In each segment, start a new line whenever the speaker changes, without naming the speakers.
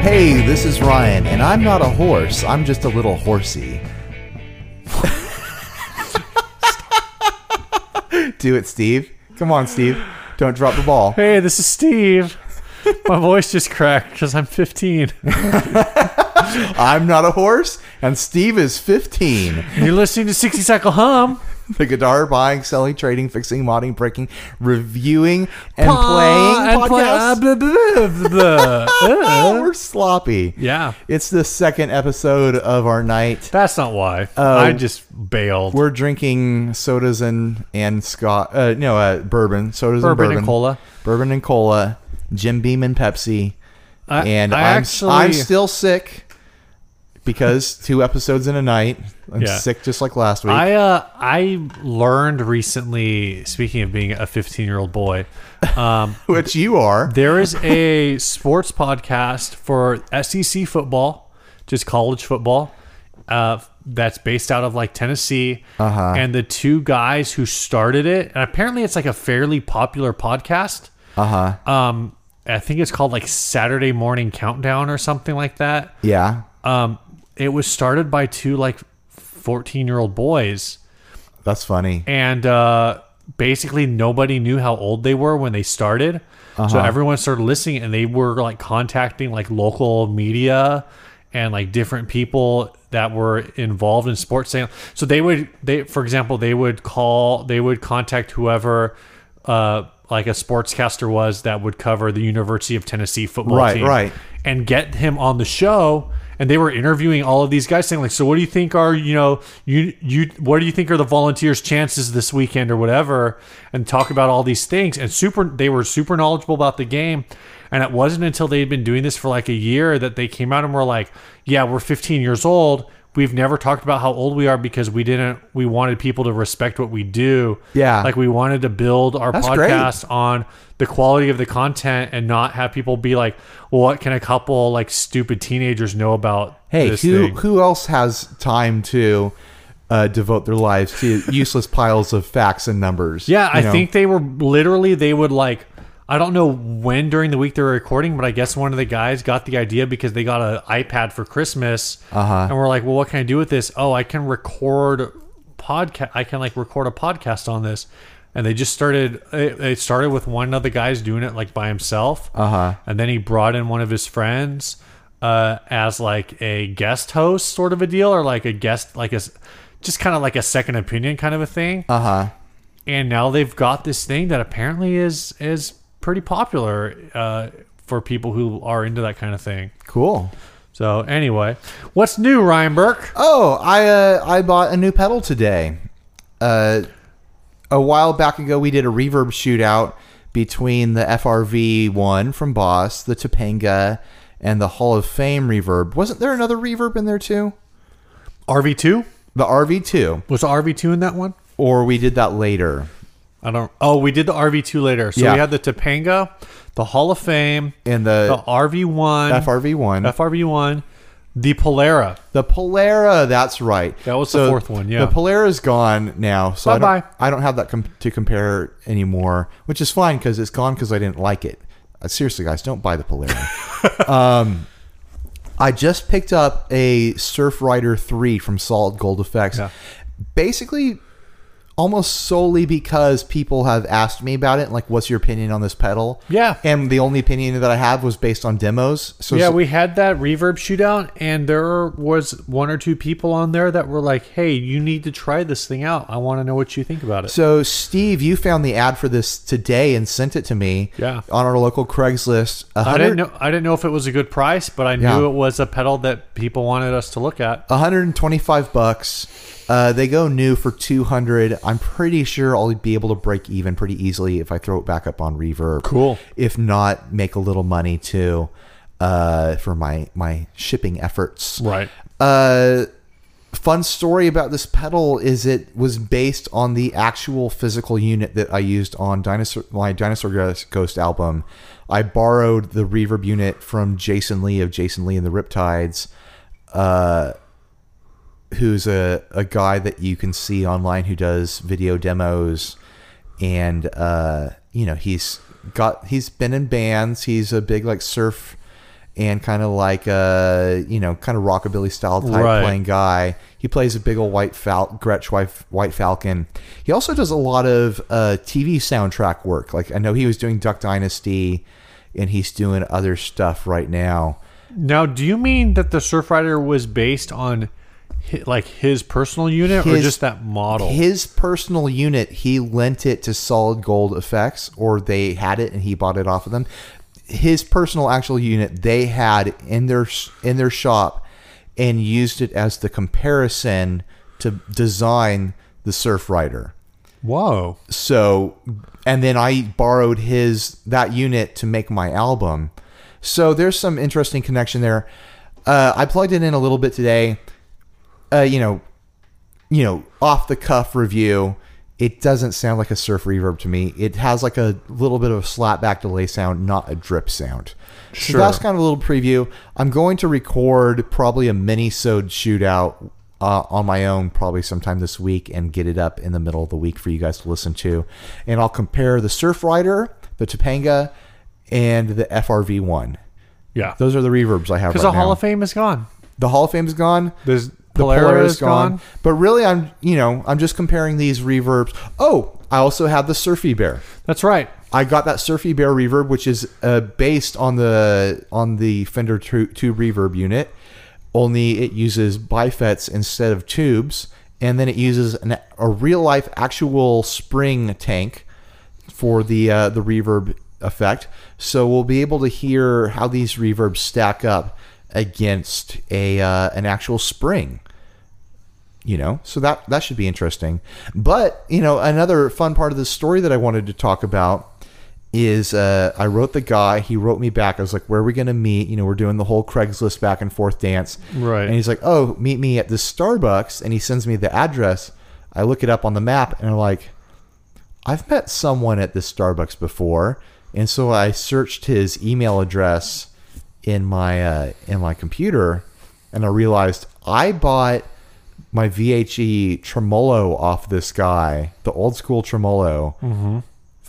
Hey, this is Ryan, and I'm not a horse. I'm just a little horsey. Do it, Steve. Come on, Steve. Don't drop the ball.
Hey, this is Steve. My voice just cracked because I'm 15.
I'm not a horse, and Steve is 15.
You're listening to 60 Cycle Hum.
The guitar buying, selling, trading, fixing, modding, breaking, reviewing, and
Ah,
playing
and play- ah,
podcast.
blah, blah, blah, blah, blah.
Oh, we're sloppy.
Yeah.
It's the second episode of our night.
That's not why.
Um,
I just bailed.
We're drinking sodas and and Scott. Uh, no, uh, bourbon. Sodas and
Bourbon and
bourbon.
cola.
Bourbon and cola. Jim Beam and Pepsi.
I-
and
I
am
actually-
I'm still sick because two episodes in a night. I'm
Yeah.
sick just like last week.
I uh, I learned recently. Speaking of being a 15 year old boy, um,
which you are.
There is a sports podcast for SEC football, just college football, uh, that's based out of like Tennessee. Uh-huh. And the two guys who started it, and apparently it's like a fairly popular podcast. Uh huh. Um, I think it's called like Saturday Morning Countdown or something like that.
Yeah.
Um, it was started by two like 14 year old boys
That's funny.
and uh, basically nobody knew how old they were when they started. So
Uh-huh.
everyone started listening, and they were like contacting like local media and like different people that were involved in sports. Saying so they would they for example they would call they would contact whoever. Uh, like a sportscaster was that would cover the University of Tennessee football
Right,
team,
right.
and get him on the show and they were interviewing all of these guys saying like so what do you think are you know you you what do you think are the volunteers chances this weekend or whatever and talk about all these things and super they were super knowledgeable about the game and it wasn't until they had been doing this for like a year that they came out and were like yeah we're 15 years old we've never talked about how old we are because we didn't we wanted people to respect what we do
Yeah.
like we wanted to build our
That's great.
podcast on the quality of the content and not have people be like, well, what can a couple like stupid teenagers know about?
Hey,
this
who
thing?
who else has time to uh, devote their lives to useless piles of facts and numbers?
Yeah,
you
I
know?
think they were literally they would like I don't know when during the week they were recording, but I guess one of the guys got the idea because they got an iPad for Christmas, uh-huh. and we're like, "Well, what can I do with this? Oh, I can record podcast. I can like record a podcast on this." And they just started. It, it started with one of the guys doing it like by himself, uh-huh. and then he brought in one of his friends uh, as like a guest host, sort of a deal, or like a guest, like a s- just kind of like a second opinion kind of a thing and now they've got this thing that apparently is is pretty popular uh, for people who are into that kind of thing.
cool.
So anyway, what's new, Ryan Burke?
Oh, I uh, I bought a new pedal today. Uh, a while back ago, we did a reverb shootout between the FRV one from Boss, the Topanga, and the Hall of Fame reverb. Wasn't there another reverb in there too?
RV two
The RV two,
was RV two in that one?
or we did that later.
I don't. Oh, we did the RV two later. So
Yeah.
we had the Topanga, the Hall of Fame,
And
the
the,
RV one,
FRV one,
FRV one, the Polara.
the Polera. That's right.
That was the fourth one, yeah.
the Polera's gone now, so I
Bye-bye.
don't. I don't have that com- to compare anymore, which is fine because it's gone because I didn't like it. Uh, seriously, guys, don't buy the Polera. Um, I just picked up a Surf Rider 3 from Solid Gold Effects.
Yeah.
Basically, almost solely because people have asked me about it, like, what's your opinion on this pedal?
Yeah.
And the only opinion that I have was based on demos. So
Yeah, we had that reverb shootout, and there was one or two people on there that were like, "Hey, you need to try this thing out. I want to know what you think about it."
So, Steve, you found the ad for this today and sent it to me
Yeah.
on our local Craigslist. A
I
hundred-
didn't know. I didn't know if it was a good price, but I knew
Yeah.
it was a pedal that people wanted us to look at.
125 bucks. Uh, they go new for 200. I'm pretty sure I'll be able to break even pretty easily if I throw it back up on reverb.
Cool.
If not, make a little money too. uh, for my my shipping efforts.
Right.
Uh, fun story about this pedal is it was based on the actual physical unit that I used on dinosaur my dinosaur Ghost- ghost album. I borrowed the reverb unit from Jason Lee of Jason Lee and the Riptides, uh, who's a, a guy that you can see online who does video demos, and uh, you know he's got he's been in bands. He's a big like surf and kind of like uh you know kind of rockabilly style type
Right.
playing guy. He plays a big old white fal- Gretsch white, white falcon. He also does a lot of uh, TV soundtrack work. Like I know he was doing Duck Dynasty, and he's doing other stuff right now.
Now, do you mean that the Surfrider was based on hi, like his personal unit or
His-
just that model?
His personal unit, he lent it to Solid Gold Effects, or they had it and he bought it off of them. His personal actual unit they had in their in their shop and used it as the comparison to design the Surf Rider.
Whoa.
So, and then I borrowed his that unit to make my album. So there's some interesting connection there. Uh, I plugged it in a little bit today. Uh, you know, you know, off the cuff review. It doesn't sound like a surf reverb to me. It has like a little bit of a slapback delay sound, not a drip sound. So
Sure.
that's kind of a little preview. I'm going to record probably a mini-sode shootout uh, on my own probably sometime this week and get it up in the middle of the week for you guys to listen to. And I'll compare the Surf Rider, the Topanga, and the FRV one.
Yeah.
Those are the reverbs I have right
Because the Hall
now.
of Fame is gone.
the Hall of Fame's gone.
There's
The
Polaris,
Polaris
gone.
gone. But really, I'm you know I'm just comparing these reverbs. Oh, I also have the Surfy Bear.
That's right.
I got that Surfy Bear reverb, which is uh, based on the on the Fender tu- Tube Reverb unit. Only it uses bifets instead of tubes, and then it uses an, a real life actual spring tank for the uh, the reverb effect. So we'll be able to hear how these reverbs stack up against a uh, an actual spring you know so that that should be interesting but you know another fun part of the story that i wanted to talk about is uh, i wrote the guy he wrote me back i was like where are we going to meet you know we're doing the whole craigslist back and forth dance
Right.
and he's like oh meet me at this starbucks and he sends me the address i look it up on the map and i'm like I've met someone at this Starbucks before, and so I searched his email address in my uh, in my computer, and I realized I bought my VHE tremolo off this guy, the old school tremolo,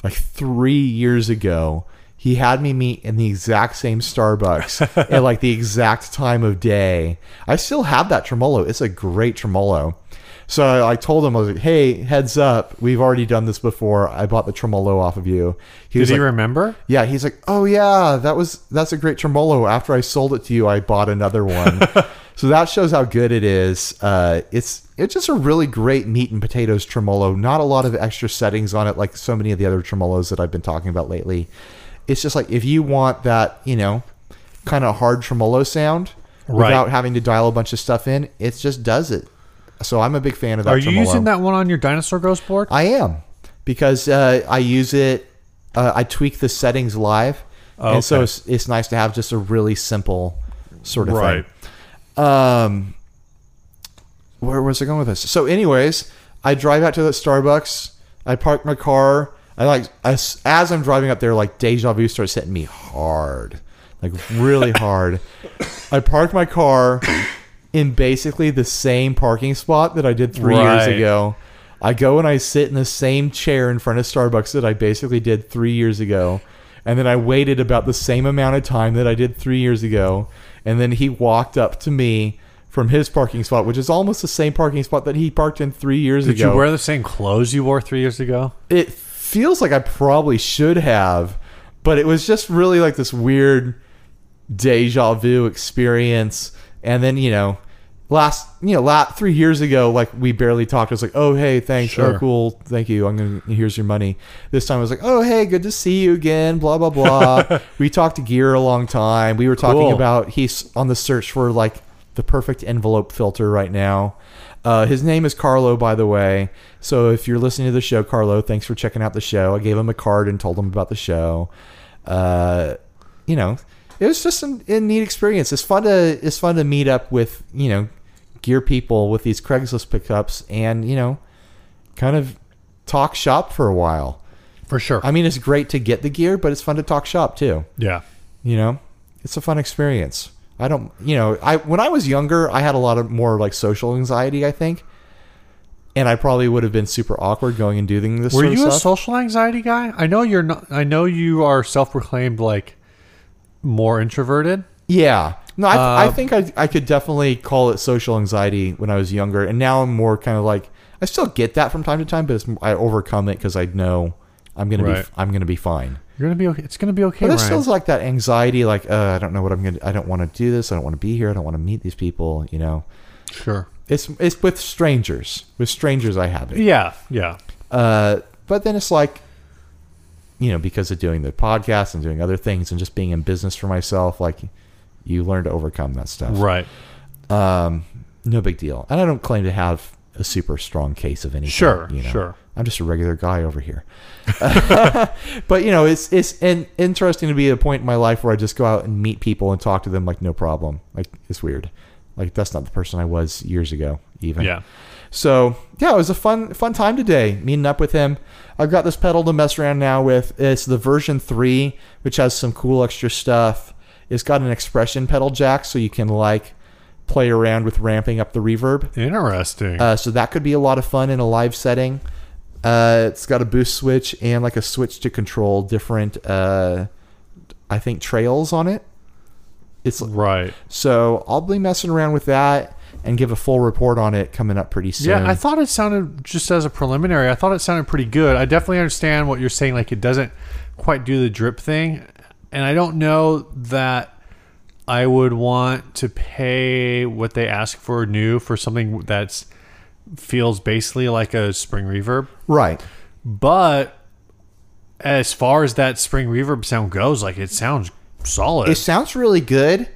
like three years ago. He had me meet in the exact same Starbucks at like the exact time of day. I still have that tremolo. It's a great tremolo. So I, I told him, I was like, hey, heads up. We've already done this before. I bought the tremolo off of you. He
Did
was
he
like,
remember?
yeah, he's like, oh yeah, that was that's a great tremolo. After I sold it to you, I bought another one. so that shows how good it is. Uh, it's it's just a really great meat and potatoes tremolo. Not a lot of extra settings on it, like so many of the other tremolos that I've been talking about lately. It's just like if you want that, you know, kind of hard tremolo sound
Right.
without having to dial a bunch of stuff in, it just does it. So I'm a big fan of that.
Are you
tremolo.
using that one on your dinosaur ghost board?
I am because uh, I use it. Uh, I tweak the settings live, and so
Oh, okay.
it's, it's nice to have just a really simple sort of
right.
thing. Um, where was I going with this? So, anyways, I drive out to the Starbucks. I park my car. I like as, as I'm driving up there, like deja vu starts hitting me hard, like really hard. I park my car in basically the same parking spot that I did three
Right.
years ago. I go and I sit in the same chair in front of Starbucks that I basically did three years ago. And then I waited about the same amount of time that I did three years ago. And then he walked up to me from his parking spot, which is almost the same parking spot that he parked in three years
Did
ago.
you wear the same clothes you wore three years ago?
it feels like I probably should have, but it was just really like this weird deja vu experience. And then, you know, last, you know, la three years ago, like we barely talked. It was like, oh, hey, thanks.
Sure.
Oh, cool. Thank you. I'm going to, here's your money. This time I was like, oh, hey, good to see you again. Blah, blah, blah. we talked to Gear a long time. We were talking
Cool.
about he's on the search for like the perfect envelope filter right now. Uh, his name is Carlo, by the way. So if you're listening to the show, Carlo, thanks for checking out the show. I gave him a card and told him about the show. Uh, you know, it was just an, a neat experience. It's fun to it's fun to meet up with you know gear people with these Craigslist pickups and you know kind of talk shop for a while.
for sure.
I mean, it's great to get the gear, but it's fun to talk shop too.
yeah,
You know, it's a fun experience. I don't, you know, I when I was younger, I had a lot of more like social anxiety, I think, and I probably would have been super awkward going and doing this.
were
sort of
you a
stuff.
social anxiety guy? I know you're not. I know you are self-proclaimed like more introverted.
Yeah. No, I,
Uh,
I think I, I could definitely call it social anxiety when I was younger, and now I'm more kind of like I still get that from time to time, but it's, I overcome it because I know I'm gonna
Right.
be I'm gonna be fine.
You're gonna be okay. It's gonna be okay.
But there's
Ryan.
still like that anxiety, like uh, I don't know what I'm gonna, I don't want to do this, I don't want to be here, I don't want to meet these people. You know,
sure.
it's it's with strangers. With strangers, I have it.
Yeah, yeah,
Uh, but then it's like, you know, because of doing the podcast and doing other things and just being in business for myself, like you learn to overcome that stuff.
right.
um, no big deal. And I don't claim to have a super strong case of anything.
Sure,
you know?
sure.
I'm just a regular guy over here. but you know, it's it's in, interesting to be at a point in my life where I just go out and meet people and talk to them like no problem. Like it's weird. Like that's not the person I was years ago, even.
Yeah.
So yeah, it was a fun fun time today meeting up with him. I've got this pedal to mess around now with. It's the version three, which has some cool extra stuff. It's got an expression pedal jack, so you can like play around with ramping up the reverb.
Interesting.
Uh, so that could be a lot of fun in a live setting. Uh, it's got a boost switch and like a switch to control different, uh, I think trails on it. It's
right.
so I'll be messing around with that and give a full report on it coming up pretty soon.
Yeah, I thought it sounded just as a preliminary. I thought it sounded pretty good. I definitely understand what you're saying. Like it doesn't quite do the drip thing, and I don't know that I would want to pay what they ask for new for something that's feels basically like a spring reverb.
right.
But as far as that spring reverb sound goes, like it sounds solid.
It sounds really good.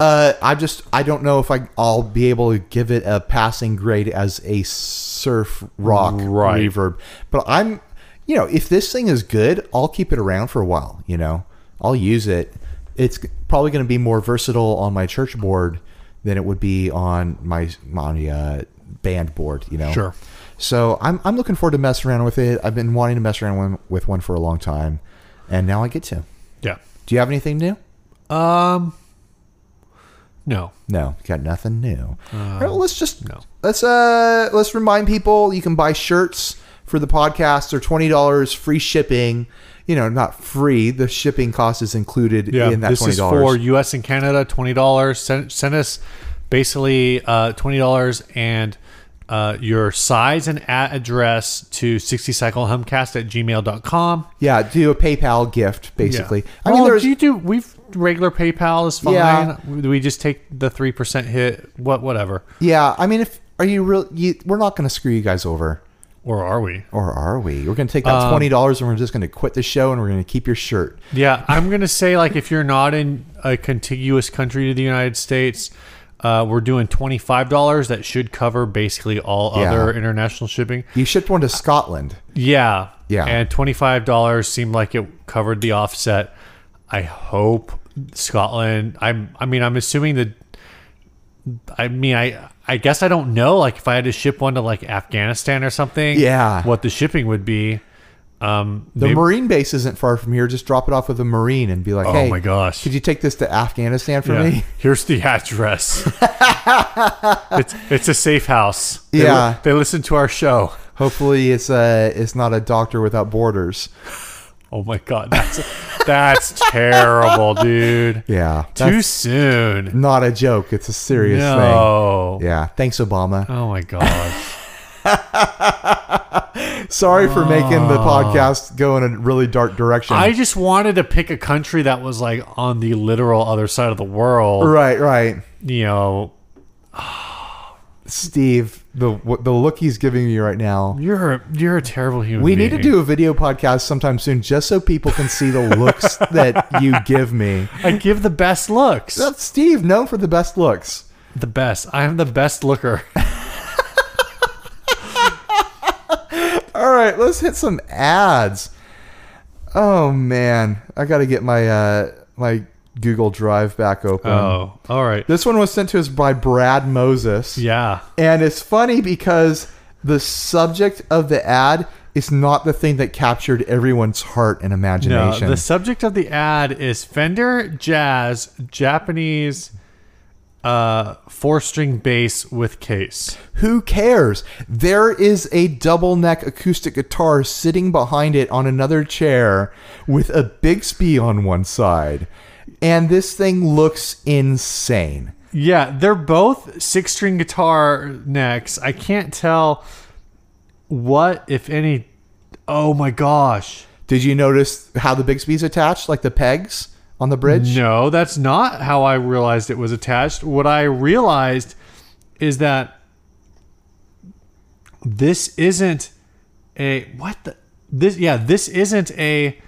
Uh, I just I don't know if I I'll be able to give it a passing grade as a surf rock
Right.
reverb. But I'm you know if this thing is good, I'll keep it around for a while. You know, I'll use it. It's probably going to be more versatile on my church board than it would be on my my uh, band board. You know,
Sure.
So I'm I'm looking forward to messing around with it. I've been wanting to mess around one- with one for a long time, and now I get to.
yeah.
Do you have anything new?
Um. No. Uh,
No, got nothing new. All right, let's just
no.
let's uh let's remind people you can buy shirts for the podcast. They're twenty dollars, free shipping. You know, not free. The shipping cost is included
Yeah,
in that
this
twenty
is for
dollars.
U.S. and Canada, twenty dollars. Send, send us basically uh, twenty dollars and uh, your size and at address to sixty cycle humcast at gmail.com.
Yeah, do a PayPal gift basically. I mean,
well,
there's
do you do we've regular PayPal is fine.
Yeah.
We just take the three percent hit. What whatever,
yeah. I mean, if are you real? You, we're not going to screw you guys over,
or are we?
or are we? We're going to take
Um,
that twenty dollars and we're just going to quit the show and we're going to keep your shirt.
Yeah, I'm gonna say like if you're not in a contiguous country to the United States, uh, we're doing twenty five dollars. That should cover basically all
Yeah.
other international shipping.
You shipped one to Scotland.
Yeah.
Yeah.
And twenty five dollars seemed like it covered the offset. I hope Scotland I'm I mean I'm assuming that I mean I I guess I don't know like if I had to ship one to like Afghanistan or something.
Yeah.
What the shipping would be. Um
The
maybe-
Marine base isn't far from here. Just drop it off with a Marine and be like,
Oh
"Hey,
my gosh.
could you take this to Afghanistan for
yeah.
me?"
Here's the address. it's it's a safe house. They li-
Yeah.
They listen to our show.
Hopefully, it's a it's not a Doctor Without Borders.
Oh my god, that's that's terrible, dude.
Yeah,
Too
that's
soon.
not a joke. It's a serious
No.
thing. Yeah, thanks Obama.
Oh my gosh.
Sorry for making the podcast go in a really dark direction.
Ah. I just wanted to pick a country that was like on the literal other side of the world.
right, right.
You know,
Steve, the w- the look he's giving you right now.
you're a, you're a terrible human.
We need to
being.
do a video podcast sometime soon, just so people can see the looks that you give me.
I give the best looks.
That's Steve, known for the best looks.
the best. I am the best looker.
All right, let's hit some ads. Oh man, I got to get my uh, my Google Drive back open.
Oh, all right.
This one was sent to us by Brad Moses.
Yeah.
And it's funny because the subject of the ad is not the thing that captured everyone's heart and
No,
imagination.
the subject of the ad is Fender Jazz Japanese uh, four string bass with case.
Who cares? There is a double neck acoustic guitar sitting behind it on another chair with a Bixby on one side. And this thing looks insane.
Yeah, they're both six string guitar necks. I can't tell what, if any. Oh my gosh.
Did you notice how the Bixby's attached, like the pegs on the bridge?
No, that's not how I realized it was attached. What I realized is that this isn't a what the this yeah, this isn't a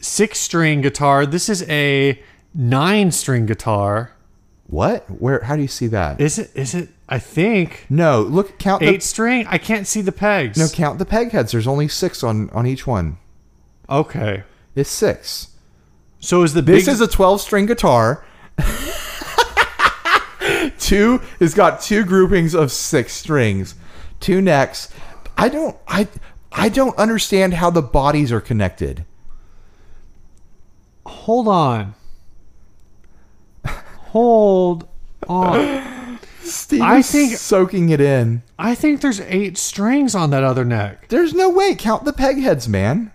six string guitar. This is a nine string guitar.
What? Where? How do you see that?
Is it is it I think
no, look, count
eight
the,
string? I can't see the pegs.
no, count the peg heads. There's only six on on each one.
Okay.
It's six.
So is the
This
big
is a 12 string guitar. two it's got two groupings of six strings, two necks. I don't I I don't understand how the bodies are connected.
hold on. Hold on.
Steve
I
is
think-
soaking it in.
I think there's eight strings on that other neck.
There's no way. Count the peg heads, man.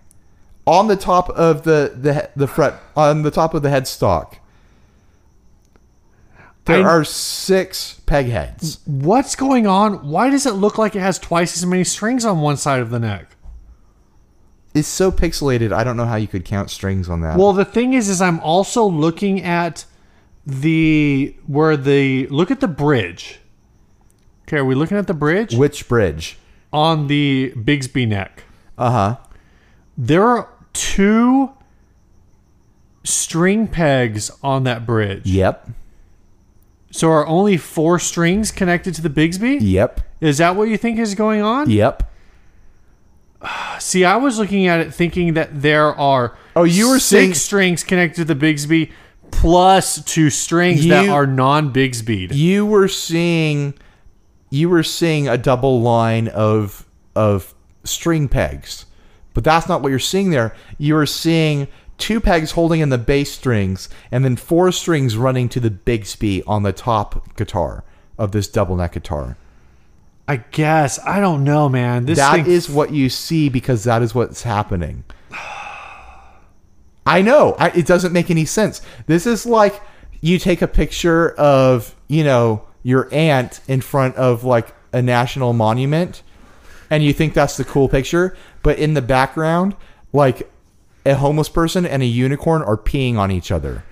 On the top of the the he- the fret on the top of the headstock. There
I-
are six peg heads.
What's going on? Why does it look like it has twice as many strings on one side of the neck?
It's so pixelated. I don't know how you could count strings on that.
Well, the thing is, is I'm also looking at the where the look at the bridge. Okay, are we looking at the bridge
which bridge?
on the Bigsby neck?
Uh huh.
There are two string pegs on that bridge.
Yep.
So are only four strings connected to the Bigsby?
Yep.
Is that what you think is going on?
Yep.
See, I was looking at it thinking that there are
Oh, you were
six
saying-
strings connected to the Bigsby plus two strings that
You-
are non Bigsby.
You were seeing, you were seeing a double line of of string pegs, but that's not what you're seeing there. You were seeing two pegs holding in the bass strings, and then four strings running to the Bigsby on the top guitar of this double neck guitar.
I guess I don't know, man. This
That is
thing,
what you see because that is what's happening. I know. I, it doesn't make any sense. This is like you take a picture of, you know, your aunt in front of like a national monument and you think that's the cool picture, but in the background, like a homeless person and a unicorn are peeing on each other.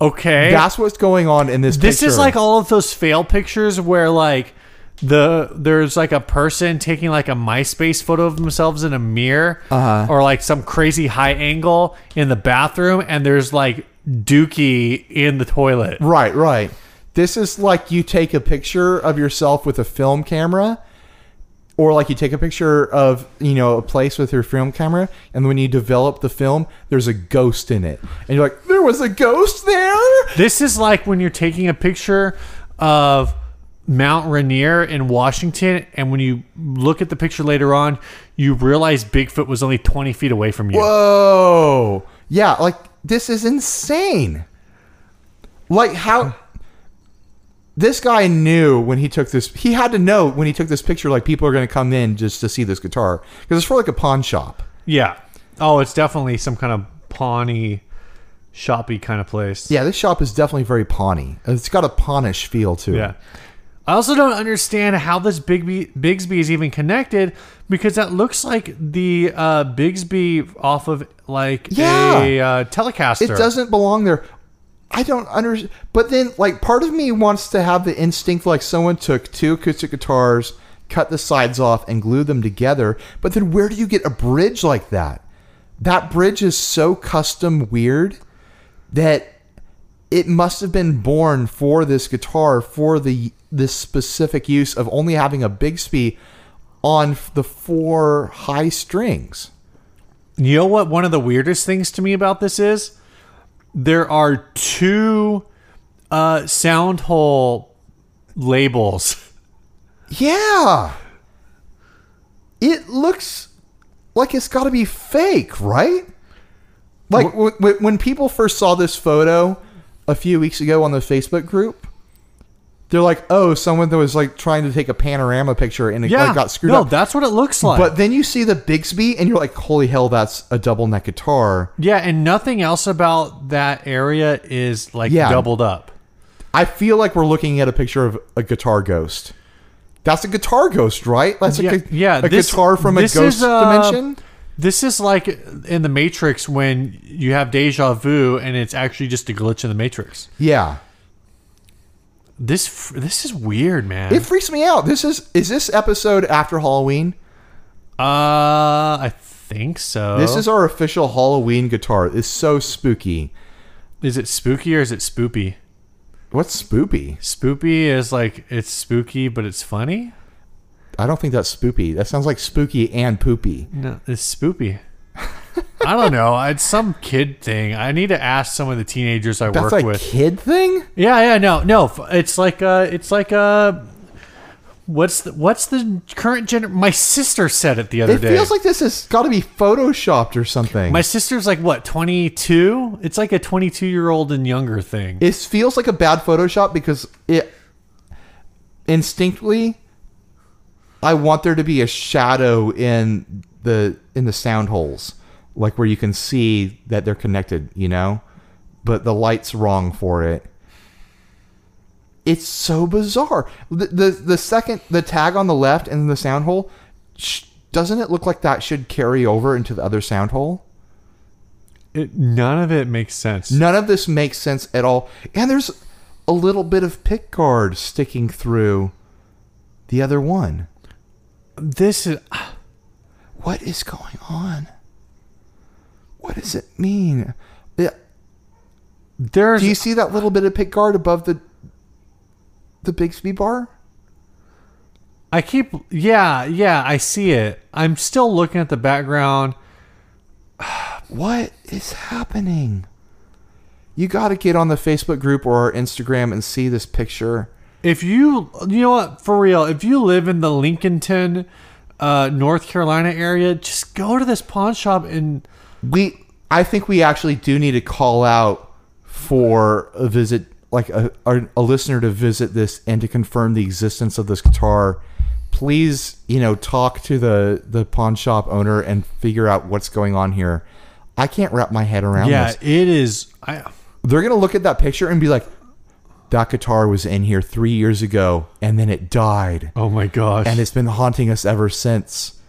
okay.
That's what's going on in this
This is
picture.
like all of those fail pictures where like the there's like a person taking like a MySpace photo of themselves in a mirror
Uh-huh.
or like some crazy high angle in the bathroom, and there's like Dookie in the toilet.
Right, right. This is like you take a picture of yourself with a film camera, or like you take a picture of you know a place with your film camera, and when you develop the film, there's a ghost in it, and you're like, there was a ghost there.
This is like when you're taking a picture of Mount Rainier in Washington, and when you look at the picture later on, you realize Bigfoot was only 20 feet away from you.
Whoa, yeah, like this is insane. Like how this guy knew when he took this, he had to know when he took this picture, like people are going to come in just to see this guitar because it's for like a pawn shop.
Yeah. Oh, it's definitely some kind of Pawnee, shoppy kind of place.
Yeah, this shop is definitely very Pawnee. It's got a Pawnish feel to it.
Yeah. I also don't understand how this Bigby, Bigsby is even connected because that looks like the uh, Bigsby off of like a
Yeah.
uh, Telecaster.
It doesn't belong there. I don't understand. But then, like, part of me wants to have the instinct like someone took two acoustic guitars, cut the sides off, and glued them together. But then, where do you get a bridge like that? That bridge is so custom weird that it must have been born for this guitar for the this specific use of only having a Bigsby on f- the four high strings.
You know what? One of the weirdest things to me about this is there are two uh, sound hole labels.
Yeah. It looks like it's got to be fake, right? Like w- w- when people first saw this photo a few weeks ago on the Facebook group, they're like, "Oh, someone that was like trying to take a panorama picture and it like, got screwed
no,
up."
that's what it looks like.
but then you see the Bigsby and you're like, "Holy hell, that's a double neck guitar."
yeah, and nothing else about that area is like
Yeah.
doubled up.
I feel like we're looking at a picture of a guitar ghost. That's a guitar ghost, right? That's a,
Yeah,
gu-
yeah,
a
this-
guitar from a
this
ghost
is, uh,
dimension.
This is like in the Matrix when you have deja vu and it's actually just a glitch in the Matrix.
Yeah.
This f- this is weird, man.
It freaks me out. This is is this episode after Halloween?
uh, I think so.
This is our official Halloween guitar. It's so spooky.
is it spooky or is it spoopy?
What's spoopy?
Spoopy is like it's spooky, but it's funny.
I don't think that's spoopy. That sounds like spooky and poopy.
No, it's spoopy. I don't know. It's some kid thing. I need to ask some of the teenagers I
That's
work
a
with.
kid thing?
Yeah, yeah, no, no. f- It's like uh, it's like uh, what's the what's the current gen? My sister said it the other
It
day.
feels like this has got to be photoshopped or something.
my sister's like what twenty two? It's like a twenty two year old and younger thing.
it feels like a bad photoshop because it instinctively I want there to be a shadow in the in the sound holes, like where you can see that they're connected, you know? But the light's wrong for it. It's so bizarre. The the, the second the tag on the left and the sound hole, sh- doesn't it look like that should carry over into the other sound hole?
It, none of it makes sense.
None of this makes sense at all. And there's a little bit of pick guard sticking through the other one.
This is
What is going on? What does it mean? Yeah,
there's
Do you see that little bit of pick guard above the the Bigsby bar?
I keep yeah, yeah, I see it. I'm still looking at the background.
What is happening? You got to get on the Facebook group or our Instagram and see this picture.
If you you know what, for real, if you live in the Lincolnton, uh, North Carolina area, just go to this pawn shop and
we I think we actually do need to call out for a visit like a, a, a listener to visit this and to confirm the existence of this guitar please you know talk to the the pawn shop owner and figure out what's going on here i can't wrap my head around
yeah,
this
it is I
they're gonna look at that picture and be like that guitar was in here three years ago and then it died
oh my gosh.
and it's been haunting us ever since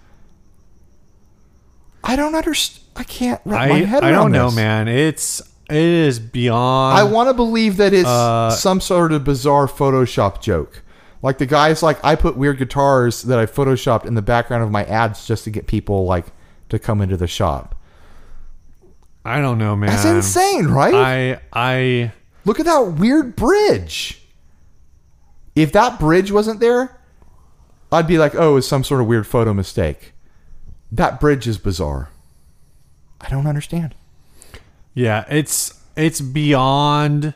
i don't understand i can't wrap my
I
head around
I don't know,
this.
man. It's it is beyond
I want to believe that it's
uh,
some sort of bizarre Photoshop joke. Like the guy's like, I put weird guitars that I photoshopped in the background of my ads just to get people like to come into the shop.
I don't know, man.
That's insane, right?
I I
Look at that weird bridge. If that bridge wasn't there, I'd be like, oh, it's some sort of weird photo mistake. That bridge is bizarre. I don't understand.
Yeah, it's it's beyond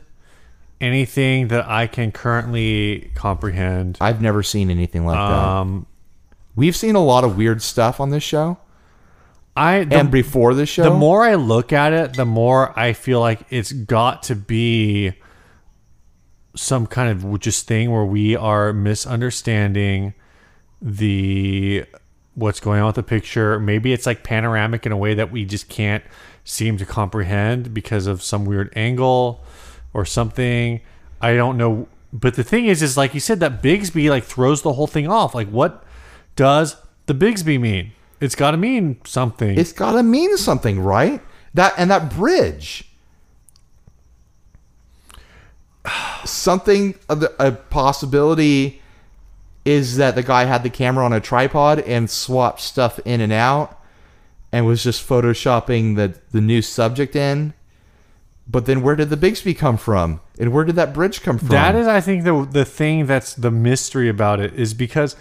anything that I can currently comprehend.
I've never seen anything like
Um,
that. We've seen a lot of weird stuff on this show
I the,
and before this show.
the more I look at it, the more I feel like it's got to be some kind of just thing where we are misunderstanding the what's going on with the picture. Maybe it's like panoramic in a way that we just can't seem to comprehend because of some weird angle or something. I don't know. But the thing is, is like you said, that Bigsby like throws the whole thing off. Like, what does the Bigsby mean? It's got to mean something.
It's got to mean something, right? That and that bridge. Something of the- a possibility is that the guy had the camera on a tripod and swapped stuff in and out and was just photoshopping the the new subject in. But then where did the Bigsby come from? And where did that bridge come from?
That is, I think, the the thing that's the mystery about it is because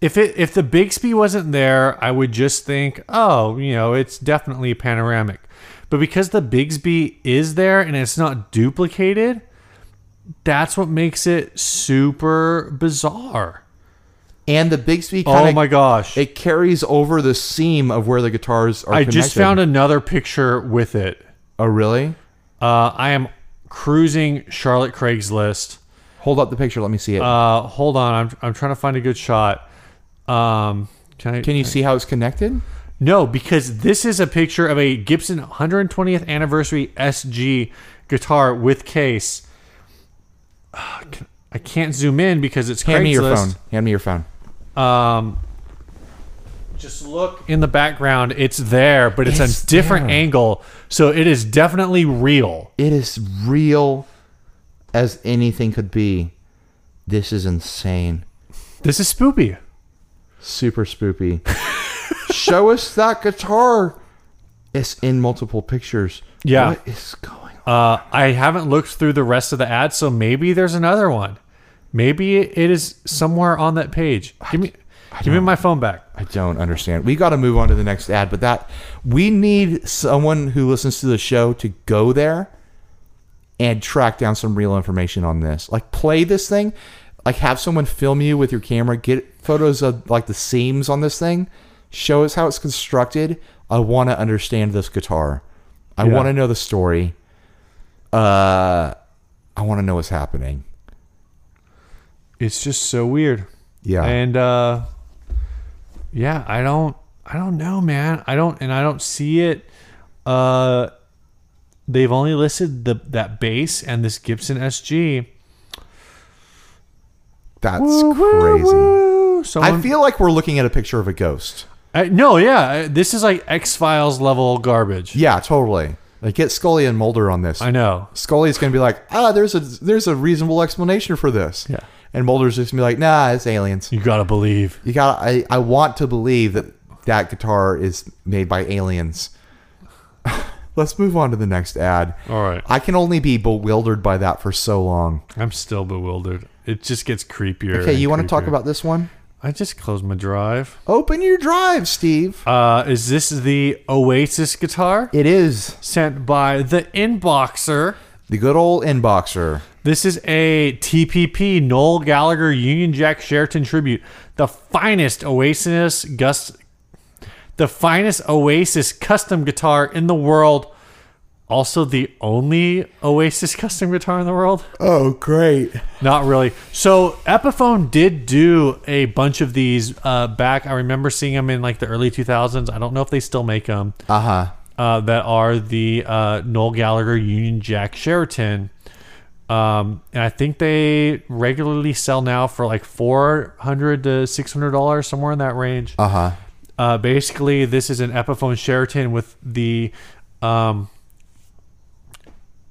if it if the Bigsby wasn't there, I would just think, oh, you know, it's definitely panoramic. But because the Bigsby is there and it's not duplicated, that's what makes it super bizarre.
And the Bigsby kind
Oh
of
my gosh.
it carries over the seam of where the guitars are.
I just
connected.
found another picture with it.
Oh really?
Uh, I am cruising Charlotte Craigslist.
Hold up the picture. Let me see it.
Uh, hold on, I'm, I'm trying to find a good shot. Um, can I?
Can you see how it's connected?
no, because this is a picture of a Gibson 120th anniversary SG guitar with case. Ah, can- I can't zoom in because it's
Hand me your
Craigslist.
phone. Hand me your phone.
Just look in the background; it's there, but it's,
It's
a different
there.
angle, so it is definitely real.
It is real as anything could be. This is insane.
This is spoopy.
Super spoopy. Show us that guitar. It's in multiple pictures.
Yeah.
What is going on?
Uh, I haven't looked through the rest of the ad, so maybe there's another one. Maybe it is somewhere on that page. Give me, give me my phone back.
I don't understand. We got to move on to the next ad, but that we need someone who listens to the show to go there and track down some real information on this. Like play this thing, like have someone film you with your camera, get photos of like the seams on this thing, show us how it's constructed. I want to understand this guitar. I
Yeah.
want to know the story. Uh I want to know what's happening.
It's just so weird.
Yeah.
And uh, yeah, I don't, I don't know, man. I don't, and I don't see it. Uh, they've only listed the that bass and this Gibson SG.
That's
Woo,
crazy.
woo. Someone,
I feel like we're looking at a picture of a ghost.
I- no, yeah, I- this is like X Files level garbage.
Yeah, totally. Like get Scully and Mulder on this.
I know.
Scully's gonna be like, ah, there's a there's a reasonable explanation for this.
Yeah.
And Mulder's just gonna be like, nah, it's aliens.
You gotta believe.
You got. I I want to believe that that guitar is made by aliens. Let's move on to the next ad.
All right.
I can only be bewildered by that for so long.
I'm still bewildered. It just gets creepier.
Okay,
and
you want to talk
creepier.
about this one?
I just closed my drive.
Open your drive, Steve.
Uh, is this the Oasis guitar
It is
sent by the Inboxer?
the good old inboxer.
This is a TPP Noel Gallagher Union Jack Sheraton tribute. The finest Oasis Gus, the finest Oasis custom guitar in the world. Also, the only Oasis custom guitar in the world.
Oh, great.
Not really. So Epiphone did do a bunch of these uh, back. I remember seeing them in like the early 2000s. I don't know if they still make them.
Uh huh.
Uh, that are the uh, Noel Gallagher Union Jack Sheraton. Um, and I think they regularly sell now for like 400 to 600 dollars somewhere in that range.
Uh huh.
Uh, basically, this is an Epiphone Sheraton with the. Um,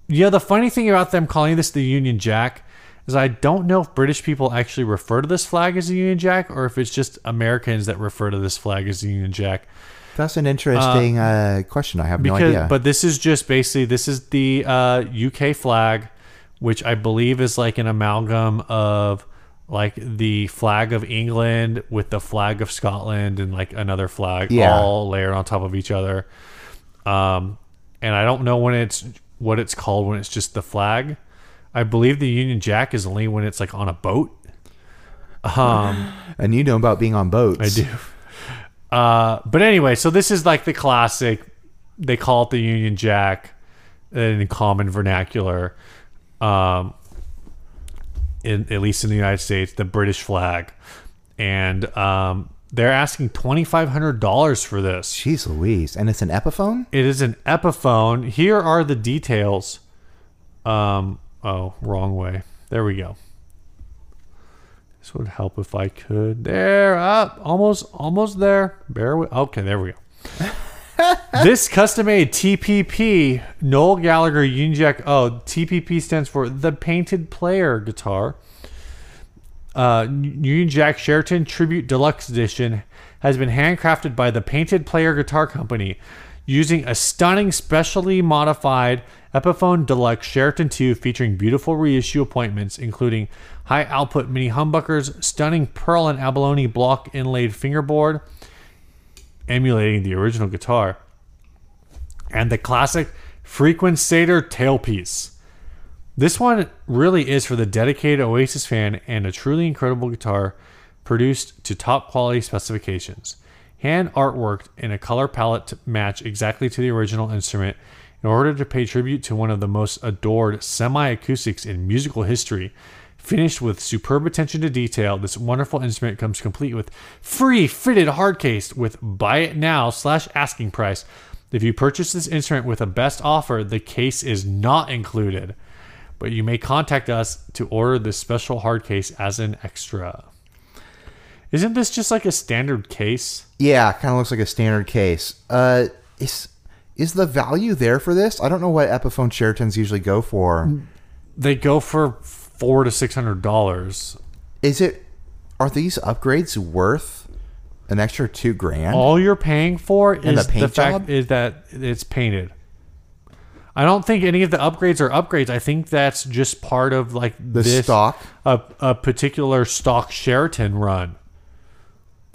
yeah, the funny thing about them calling this the Union Jack is I don't know if British people actually refer to this flag as the Union Jack or if it's just Americans that refer to this flag as the Union Jack.
That's an interesting uh, question. I have no
Because,
idea.
but this is just basically this is the uh, UK flag, which I believe is like an amalgam of like the flag of England with the flag of Scotland and like another flag
Yeah.
all layered on top of each other. Um, and I don't know when it's what it's called when it's just the flag. I believe the Union Jack is only when it's like on a boat.
and you know about being on boats. I
do. Uh, but anyway, so this is like the classic. They call it the Union Jack in common vernacular, um, in, at least in the United States, the British flag. And um, they're asking $2,500 for this.
Jeez Louise. And it's an Epiphone?
It is an Epiphone. Here are the details. Um, oh, wrong way. There we go. This would help if I could. There, up, almost, almost there. Bear with. Okay, there we go. this custom-made TPP Noel Gallagher Union Jack. Oh, TPP stands for the Painted Player Guitar. Uh, Union Jack Sheraton Tribute Deluxe Edition has been handcrafted by the Painted Player Guitar Company using a stunning, specially modified Epiphone Deluxe Sheraton 2 featuring beautiful reissue appointments, including high output mini humbuckers, stunning pearl and abalone block inlaid fingerboard, emulating the original guitar. and the classic Frequensator tailpiece. This one really is for the dedicated Oasis fan and a truly incredible guitar produced to top quality specifications. Hand artworked in a color palette to match exactly to the original instrument in order to pay tribute to one of the most adored semi acoustics in musical history. Finished with superb attention to detail, this wonderful instrument comes complete with free fitted hardcase with buy it now slash asking price. If you purchase this instrument with a best offer, the case is not included. But you may contact us to order this special hardcase as an extra. Isn't this just like a standard case?
Yeah, kind of looks like a standard case. Uh, is is the value there for this? I don't know what Epiphone Sheratons usually go
Mm.
for.
They go for four to six hundred dollars.
Is it? Are these upgrades worth an extra two grand?
All you're paying for is
the paint
the fact
job?
is that it's painted. I don't think any of the upgrades are upgrades. I think that's just part of like
the
this
stock.
a, a particular stock Sheraton run.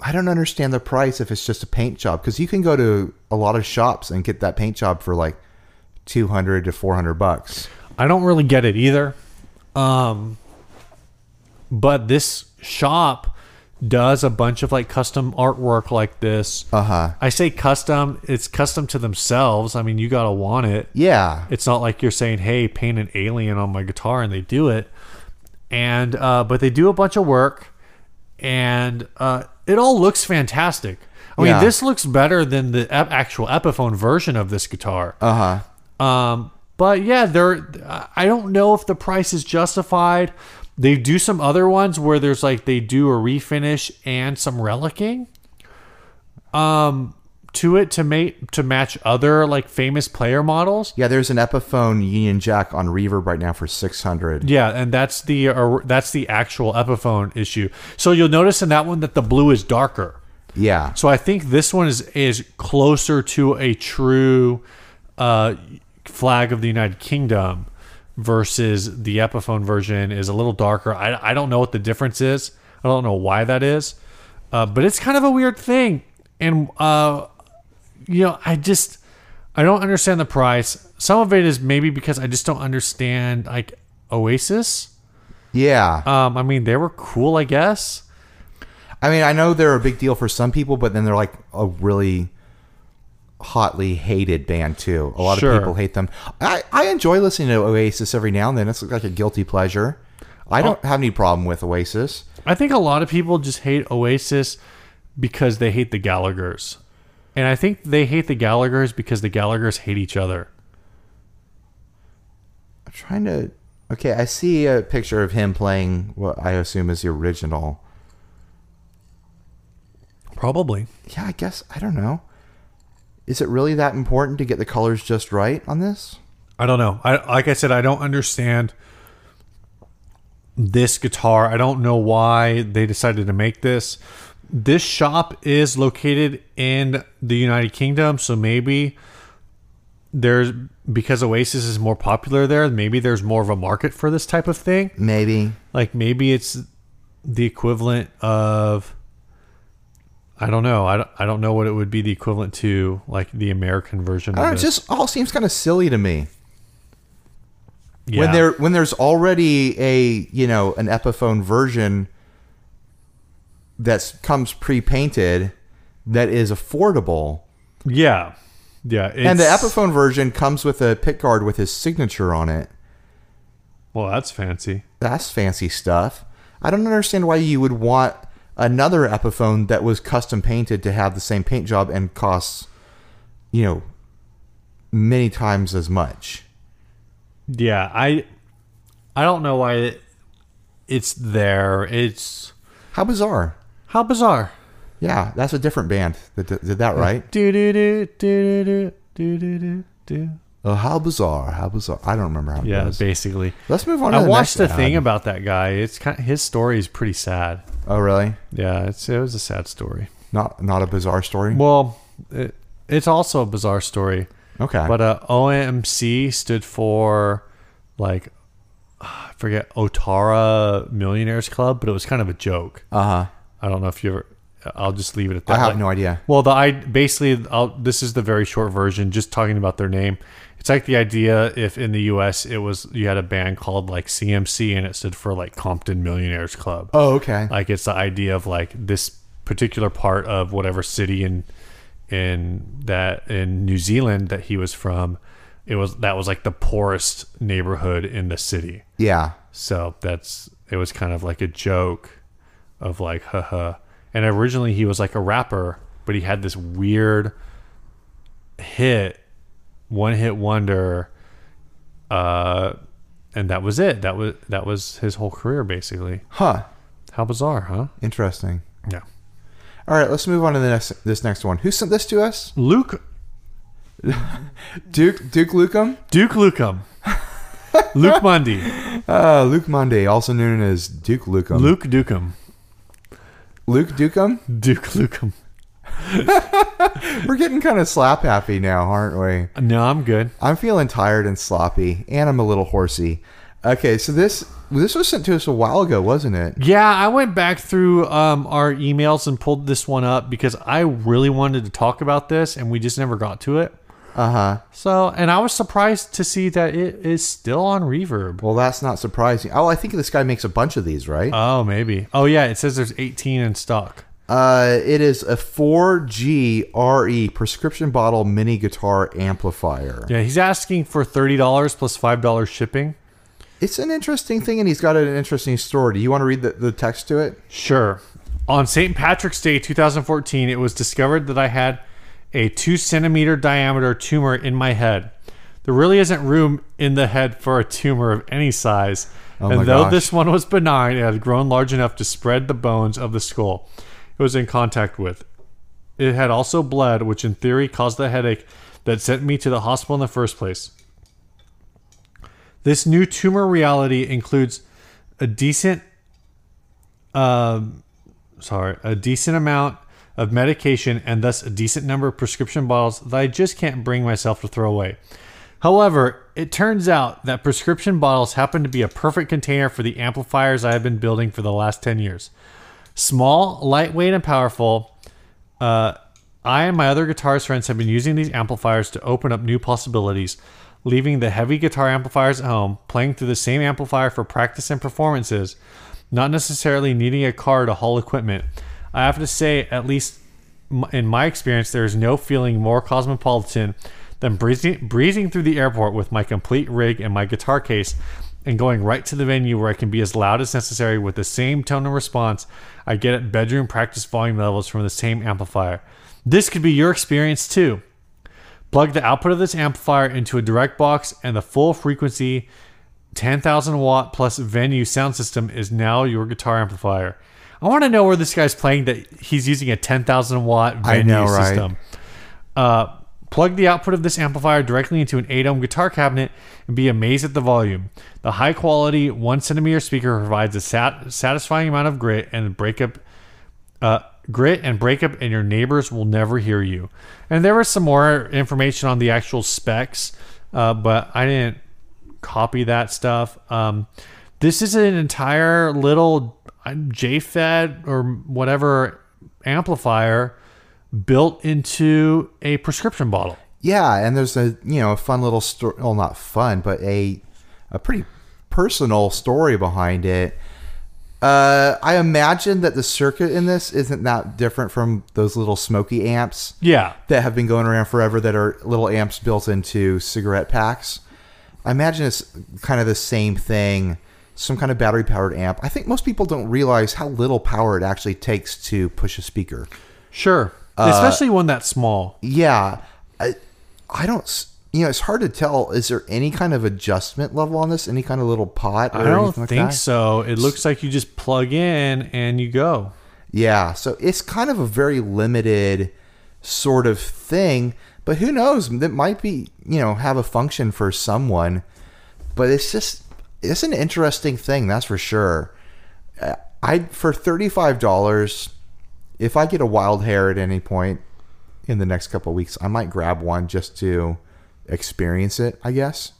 I don't understand the price if it's just a paint job because you can go to a lot of shops and get that paint job for like two hundred to four hundred bucks.
I don't really get it either. Um, but this shop does a bunch of like custom artwork like this.
Uh huh.
I say custom, it's custom to themselves. I mean, you gotta want it.
Yeah.
It's not like you're saying, "Hey, paint an alien on my guitar," and they do it. And uh, but they do a bunch of work, and uh, it all looks fantastic. I
Yeah.
mean, this looks better than the ep- actual Epiphone version of this guitar.
Uh huh.
Um, but yeah, there. I don't know if the price is justified. They do some other ones where there's like they do a refinish and some relicking, um, to it to make to match other like famous player models.
Yeah, there's an Epiphone Union Jack on reverb right now for six hundred.
Yeah, and that's the or that's the actual Epiphone issue. So you'll notice in that one that the blue is darker.
Yeah.
So I think this one is is closer to a true uh, flag of the United Kingdom versus the Epiphone version is a little darker. I, I don't know what the difference is. I don't know why that is, uh, but it's kind of a weird thing. And uh, you know, I just I don't understand the price. Some of it is maybe because I just don't understand like Oasis.
Yeah.
Um, I mean, they were cool, I guess.
I mean, I know they're a big deal for some people, but then they're like a really hotly hated band too. A lot
Sure.
of people hate them. I, I enjoy listening to Oasis every now and then. It's like a guilty pleasure. I don't have any problem with Oasis.
I think a lot of people just hate Oasis because they hate the Gallagher's. And I think they hate the Gallagher's because the Gallagher's hate each other.
I'm trying to. Okay, I see a picture of him playing what I assume is the original.
Probably.
Yeah, I guess I don't know. Is it really that important to get the colors just right on this?
I don't know. I like I said, I don't understand this guitar. I don't know why they decided to make this. This shop is located in the United Kingdom, so maybe there's because Oasis is more popular there, maybe there's more of a market for this type of thing.
Maybe.
like maybe it's the equivalent of I don't know. I don't, I don't know what it would be the equivalent to like the American
I
version
don't
of
know, it
this.
Uh, just all seems kind of silly to me.
yeah.
when there when there's already a you know an epiphone version that's comes pre-painted that is affordable
yeah. Yeah, it's,
and the epiphone version comes with a pick guard with his signature on it
Well, that's fancy.
that's fancy stuff i don't understand why you would want another epiphone that was custom painted to have the same paint job and costs you know many times as much
Yeah, I I don't know why it, it's there. It's
how bizarre
how bizarre.
yeah that's a different band that d- did
Hmm.
that right
Do do do do do do do do do.
Oh, how bizarre! How bizarre! I don't remember how. It
Yeah,
goes.
basically.
Let's move on. To
I
the
watched the
next
thing
ad.
about that guy. It's kind his story is pretty sad.
Oh, really?
Yeah, it's it was a sad story.
Not not a bizarre story.
Well, it, it's also a bizarre story,
okay.
but uh, OMC stood for like I forget Otara Millionaires Club, but it was kind of a joke.
uh huh.
I don't know if you ever I'll just leave it at that.
I have
Like-
no idea.
Well, the I basically I'll, this is the very short version, just talking about their name. It's like the idea if in the U.S. it was you had a band called like CMC and it stood for like Compton Millionaires Club.
Oh, okay.
Like it's the idea of like this particular part of whatever city in in that in New Zealand that he was from. It was that was like the poorest neighborhood in the city.
yeah.
So that's it was kind of like a joke of like haha. And originally he was like a rapper, but he had this weird hit, one hit wonder, uh, and that was it. That was that was his whole career basically.
Huh.
How bizarre, huh?
Interesting.
Yeah.
All right, let's move on to the next this next one. Who sent this to us?
Luke
Duke Duke Lucum?
Duke Lucum. Luke Mundy.
Uh, Luke Monday, also known as Duke Lucum.
Luke Ducum.
Luke Ducum?
Duke Lucum.
We're getting kind of slap happy now, aren't we?
No, I'm good.
I'm feeling tired and sloppy, and I'm a little horsey. Okay, so this this was sent to us a while ago, wasn't it?
Yeah, I went back through um, our emails and pulled this one up because I really wanted to talk about this and we just never got to it.
Uh huh.
So, and I was surprised to see that it is still on reverb.
Well, that's not surprising. Oh, I think this guy makes a bunch of these, right?
Oh, maybe. Oh, yeah, it says there's 18 in stock.
Uh, it is a 4GRE E, prescription bottle mini guitar amplifier.
Yeah, he's asking for $30 plus $5 shipping.
It's an interesting thing, and he's got an interesting story. Do you want to read the, the text to it?
Sure. On St. Patrick's Day 2014, it was discovered that I had a two centimeter diameter tumor in my head. There really isn't room in the head for a tumor of any size.
Oh my
and though
gosh.
this one was benign, it had grown large enough to spread the bones of the skull it was in contact with. It had also bled, which in theory caused the headache that sent me to the hospital in the first place. This new tumor reality includes a decent sorry, a decent amount of medication and thus a decent number of prescription bottles that I just can't bring myself to throw away. However, it turns out that prescription bottles happen to be a perfect container for the amplifiers I have been building for the last 10 years. Small, lightweight, and powerful, I and my other guitarist friends have been using these amplifiers to open up new possibilities, leaving the heavy guitar amplifiers at home, playing through the same amplifier for practice and performances, not necessarily needing a car to haul equipment. I have to say, at least m- in my experience, there is no feeling more cosmopolitan than breezing, breezing through the airport with my complete rig and my guitar case and going right to the venue where I can be as loud as necessary with the same tone and response I get at bedroom practice volume levels from the same amplifier. This could be your experience too. Plug the output of this amplifier into a direct box, and the full frequency 10,000 watt plus venue sound system is now your guitar amplifier. I want to know where this guy's playing that he's using a 10,000 watt
I
venue
know, right?
system. Uh, plug the output of this amplifier directly into an 8 ohm guitar cabinet and be amazed at the volume. The high quality 1 centimeter speaker provides a sat- satisfying amount of grit and breakup uh, grit and breakup, and your neighbors will never hear you. And there was some more information on the actual specs, uh, but I didn't copy that stuff. Um, this is an entire little uh, JFET or whatever amplifier built into a prescription bottle.
Yeah, and there's a you know a fun little story. Well, not fun, but a a pretty personal story behind it. Uh, I imagine that the circuit in this isn't that different from those little smoky amps
Yeah.
that have been going around forever that are little amps built into cigarette packs. I imagine it's kind of the same thing, some kind of battery powered amp. I think most people don't realize how little power it actually takes to push a speaker.
Sure. Especially one that's small.
Yeah, I, I don't. s- You know, it's hard to tell. Is there any kind of adjustment level on this? Any kind of little pot? Or
I don't
anything like
think
that?
so. It looks like you just plug in and you go.
Yeah, so it's kind of a very limited sort of thing, but who knows? That might be, you know, have a function for someone. But it's just, it's an interesting thing, that's for sure. Uh, I for thirty five dollars, if I get a wild hair at any point in the next couple of weeks, I might grab one just to experience it. I guess.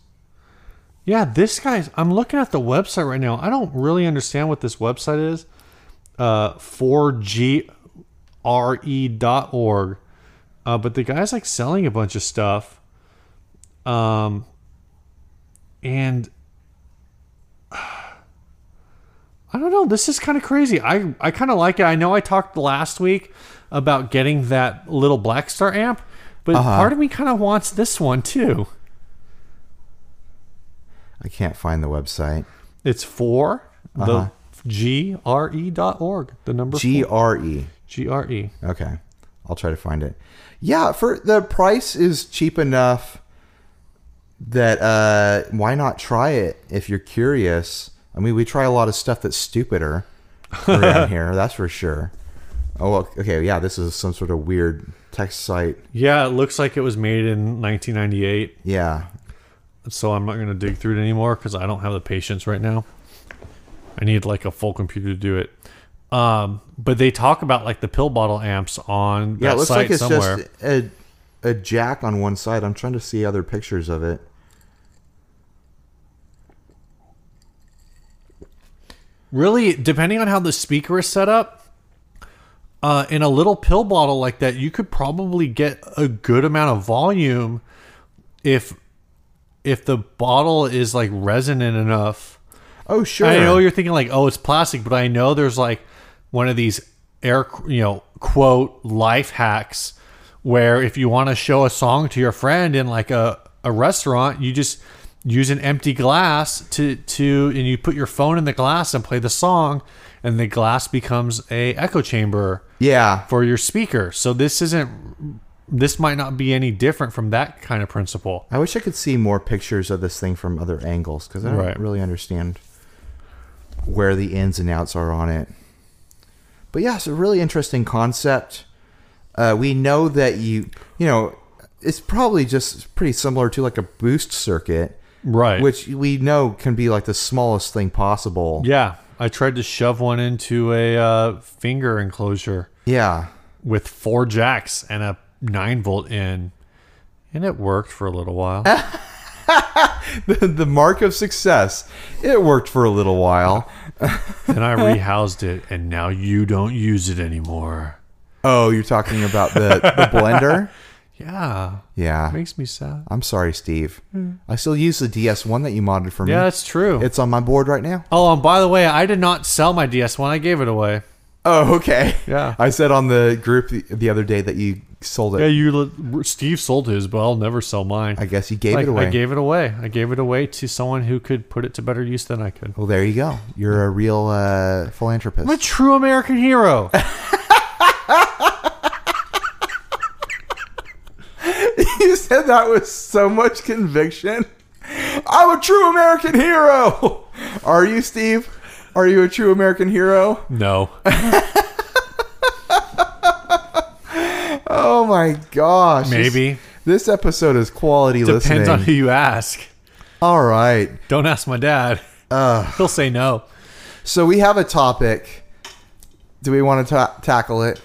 Yeah, this guy's. I'm looking at the website right now. I don't really understand what this website is. Uh, 4G re.org. Uh, but the guy's like selling a bunch of stuff. Um, and I don't know. This is kind of crazy. I, I kind of like it. I know I talked last week about getting that little Black Star amp, but part of me kind of wants this one too.
I can't find the website.
It's for the G R E dot org. The number
Uh-huh. G R E.
G R E.
Okay. I'll try to find it. Yeah, for the price is cheap enough that uh why not try it if you're curious? I mean, we try a lot of stuff that's stupider around here, that's for sure. Oh, well, okay, yeah, this is some sort of weird text site.
Yeah, it looks like it was made in 1998.
Yeah.
So I'm not going to dig through it anymore because I don't have the patience right now. I need like a full computer to do it. Um, but they talk about like the pill bottle amps on
Yeah,
that
it looks
site
like it's
somewhere.
just a a jack on one side. I'm trying to see other pictures of it.
really depending on how the speaker is set up uh, in a little pill bottle like that you could probably get a good amount of volume if if the bottle is like resonant enough
Oh, sure.
i know you're thinking like oh it's plastic but i know there's like one of these air you know quote life hacks where if you want to show a song to your friend in like a, a restaurant you just use an empty glass to to and you put your phone in the glass and play the song and the glass becomes a echo chamber
yeah.
for your speaker so this isn't this might not be any different from that kind of principle
I wish I could see more pictures of this thing from other angles because I don't
Right.
really understand where the ins and outs are on it. But yeah, it's a really interesting concept. Uh, we know that you, you know, it's probably just pretty similar to like a boost circuit,
right
which we know can be like the smallest thing possible.
yeah i tried to shove one into a uh, finger enclosure
Yeah.
with four jacks and a nine volt in, and it worked for a little while.
the, the mark of success. It worked for a little while.
then I rehoused it, and now you don't use it anymore.
Oh, you're talking about the, the blender?
Yeah,
Yeah.
makes me sad.
I'm sorry, Steve. I still use the DS1 that you modded for me.
Yeah, that's true.
It's on my board right now.
oh, and by the way, I did not sell my DS one; I gave it away.
Oh, okay.
Yeah.
I said on the group the, the other day that you sold it.
Yeah, you. Steve sold his, but I'll never sell mine.
I guess you gave
Like,
it away.
I gave it away. I gave it away to someone who could put it to better use than I could.
well, there you go. You're a real uh, philanthropist.
I'm a true American hero.
you said that with so much conviction. I'm a true American hero. Are you, Steve? Are you a true American hero?
no.
Oh my gosh.
Maybe.
This, this episode is quality
Depends
listening.
on who you ask.
All right.
Don't ask my dad. He'll say no.
So we have a topic. Do we want to ta- tackle it?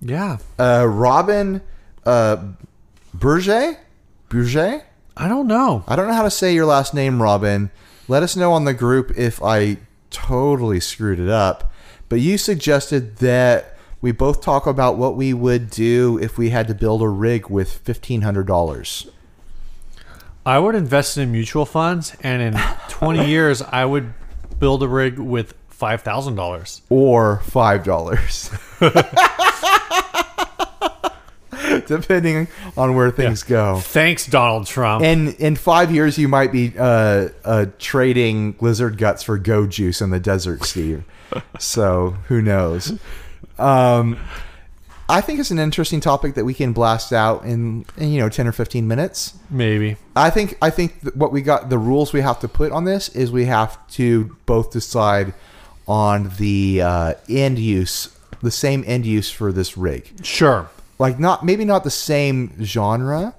Yeah.
Uh, Robin uh, Bourget? Bourget?
I don't know.
I don't know how to say your last name, Robin. Let us know on the group if I totally screwed it up. But you suggested that we both talk about what we would do if we had to build a rig with $1,500.
I would invest in mutual funds, and in 20 years, I would build a rig with $5,000.
or five dollars depending on where things go
Thanks, Donald Trump.
and in five years you might be uh, uh, trading lizard guts for go juice in the desert steve so who knows um, i think it's an interesting topic that we can blast out in, in you know 10 or 15 minutes
Maybe.
I think I think th- what we got the rules we have to put on this is we have to both decide on the uh, end use, the same end use for this rig.
Sure.
Like not maybe not the same genre,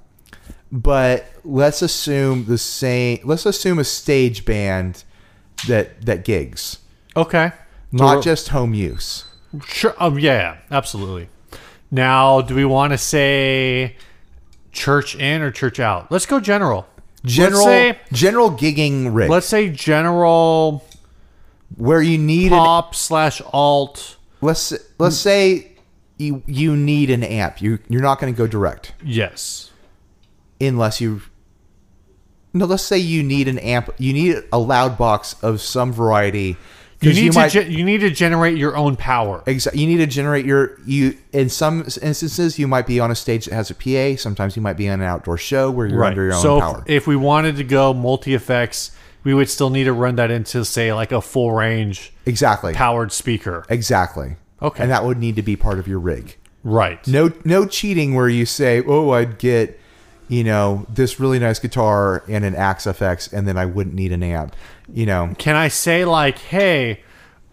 but let's assume the same. Let's assume a stage band that that gigs,
Okay.
not
we're-
just home use.
Sure. Um, yeah, absolutely. Now, do we want to say church in or church out? Let's go general.
General
Let's say,
general gigging rig
let's say general
where you need an
pop slash alt.
let's let's say you you need an amp. You you're not going to go direct
Yes.
unless you. No, let's say you need an amp. You need a loud box of some variety.
You
'cause
need to
might-
ge- you need to generate your own power.
Exactly. You need to generate your you. In some instances, you might be on a stage that has a PA. Sometimes you might be on an outdoor show where you're under your own
so if-
power.
if we wanted to go multi effects, we would still need to run that into say like a full range
exactly.
powered speaker.
Exactly.
Okay.
And that would need to be part of your rig.
Right.
No, no cheating where you say, "Oh, I'd get, you know, this really nice guitar and an Axe FX, and then I wouldn't need an amp." You know,
Can I say like, hey,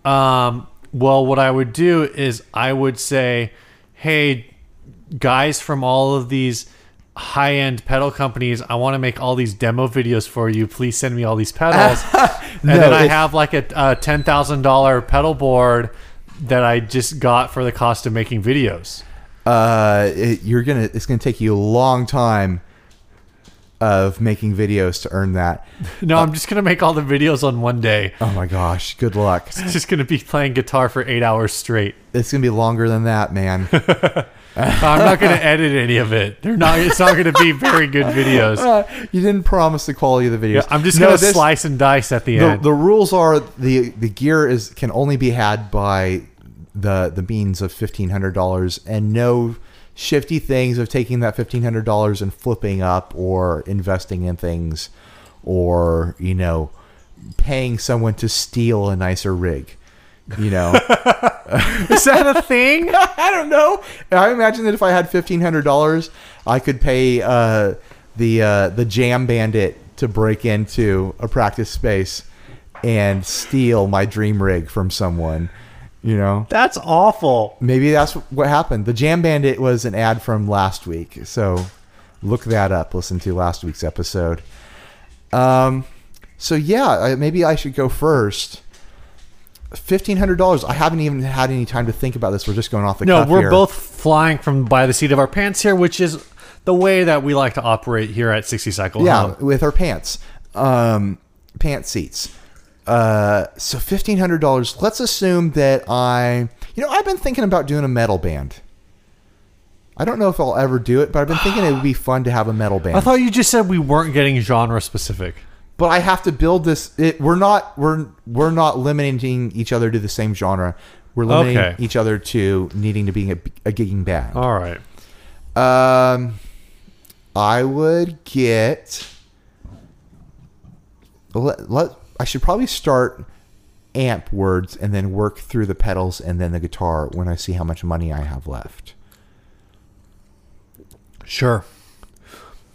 um, well, what I would do is I would say, hey, guys from all of these high end pedal companies, I want to make all these demo videos for you. Please send me all these pedals. and then I
it's-
have like a, a ten thousand dollar pedal board that I just got for the cost of making videos.
uh, it, you're gonna. It's gonna take you a long time of making videos to earn that.
No, I'm just gonna make all the videos on one day.
Oh my gosh! Good luck.
It's just gonna be playing guitar for eight hours straight.
It's gonna be longer than that, man.
I'm not going to edit any of it. They're not. It's not going to be very good videos.
you didn't promise the quality of the videos.
I'm just
Oh, No,
going to
this-
slice and dice at the,
the,
end.
the rules are the the gear is can only be had by the the means of fifteen hundred dollars and no shifty things of taking that fifteen hundred dollars and flipping up or investing in things or you know paying someone to steal a nicer rig you know
Is that a thing?
I don't know. I imagine that if I had fifteen hundred dollars, I could pay uh, the uh, the jam bandit to break into a practice space and steal my dream rig from someone. You know,
That's awful.
maybe that's what happened. The jam bandit was an ad from last week, so look that up. Listen to last week's episode. Um, so yeah, I- maybe I should go first. Fifteen hundred dollars. I haven't even had any time to think about this. We're just going off the
No,
cuff
we're
here.
both flying from by the seat of our pants here, which is the way that we like to operate here at 60 Cycle.
Yeah,
Hub.
with our pants, um, pants seats. Uh, so fifteen hundred dollars. Let's assume that I, you know, I've been thinking about doing a metal band. I don't know if I'll ever do it, but I've been thinking it would be fun to have a metal band.
I thought you just said we weren't getting genre specific.
but I have to build this. It, we're not we're we're not limiting each other to the same genre. We're limiting
Okay.
each other to needing to be a, a gigging band.
All right.
Um, I would get. Let, let I should probably start amp words and then work through the pedals and then the guitar when I see how much money I have left.
Sure.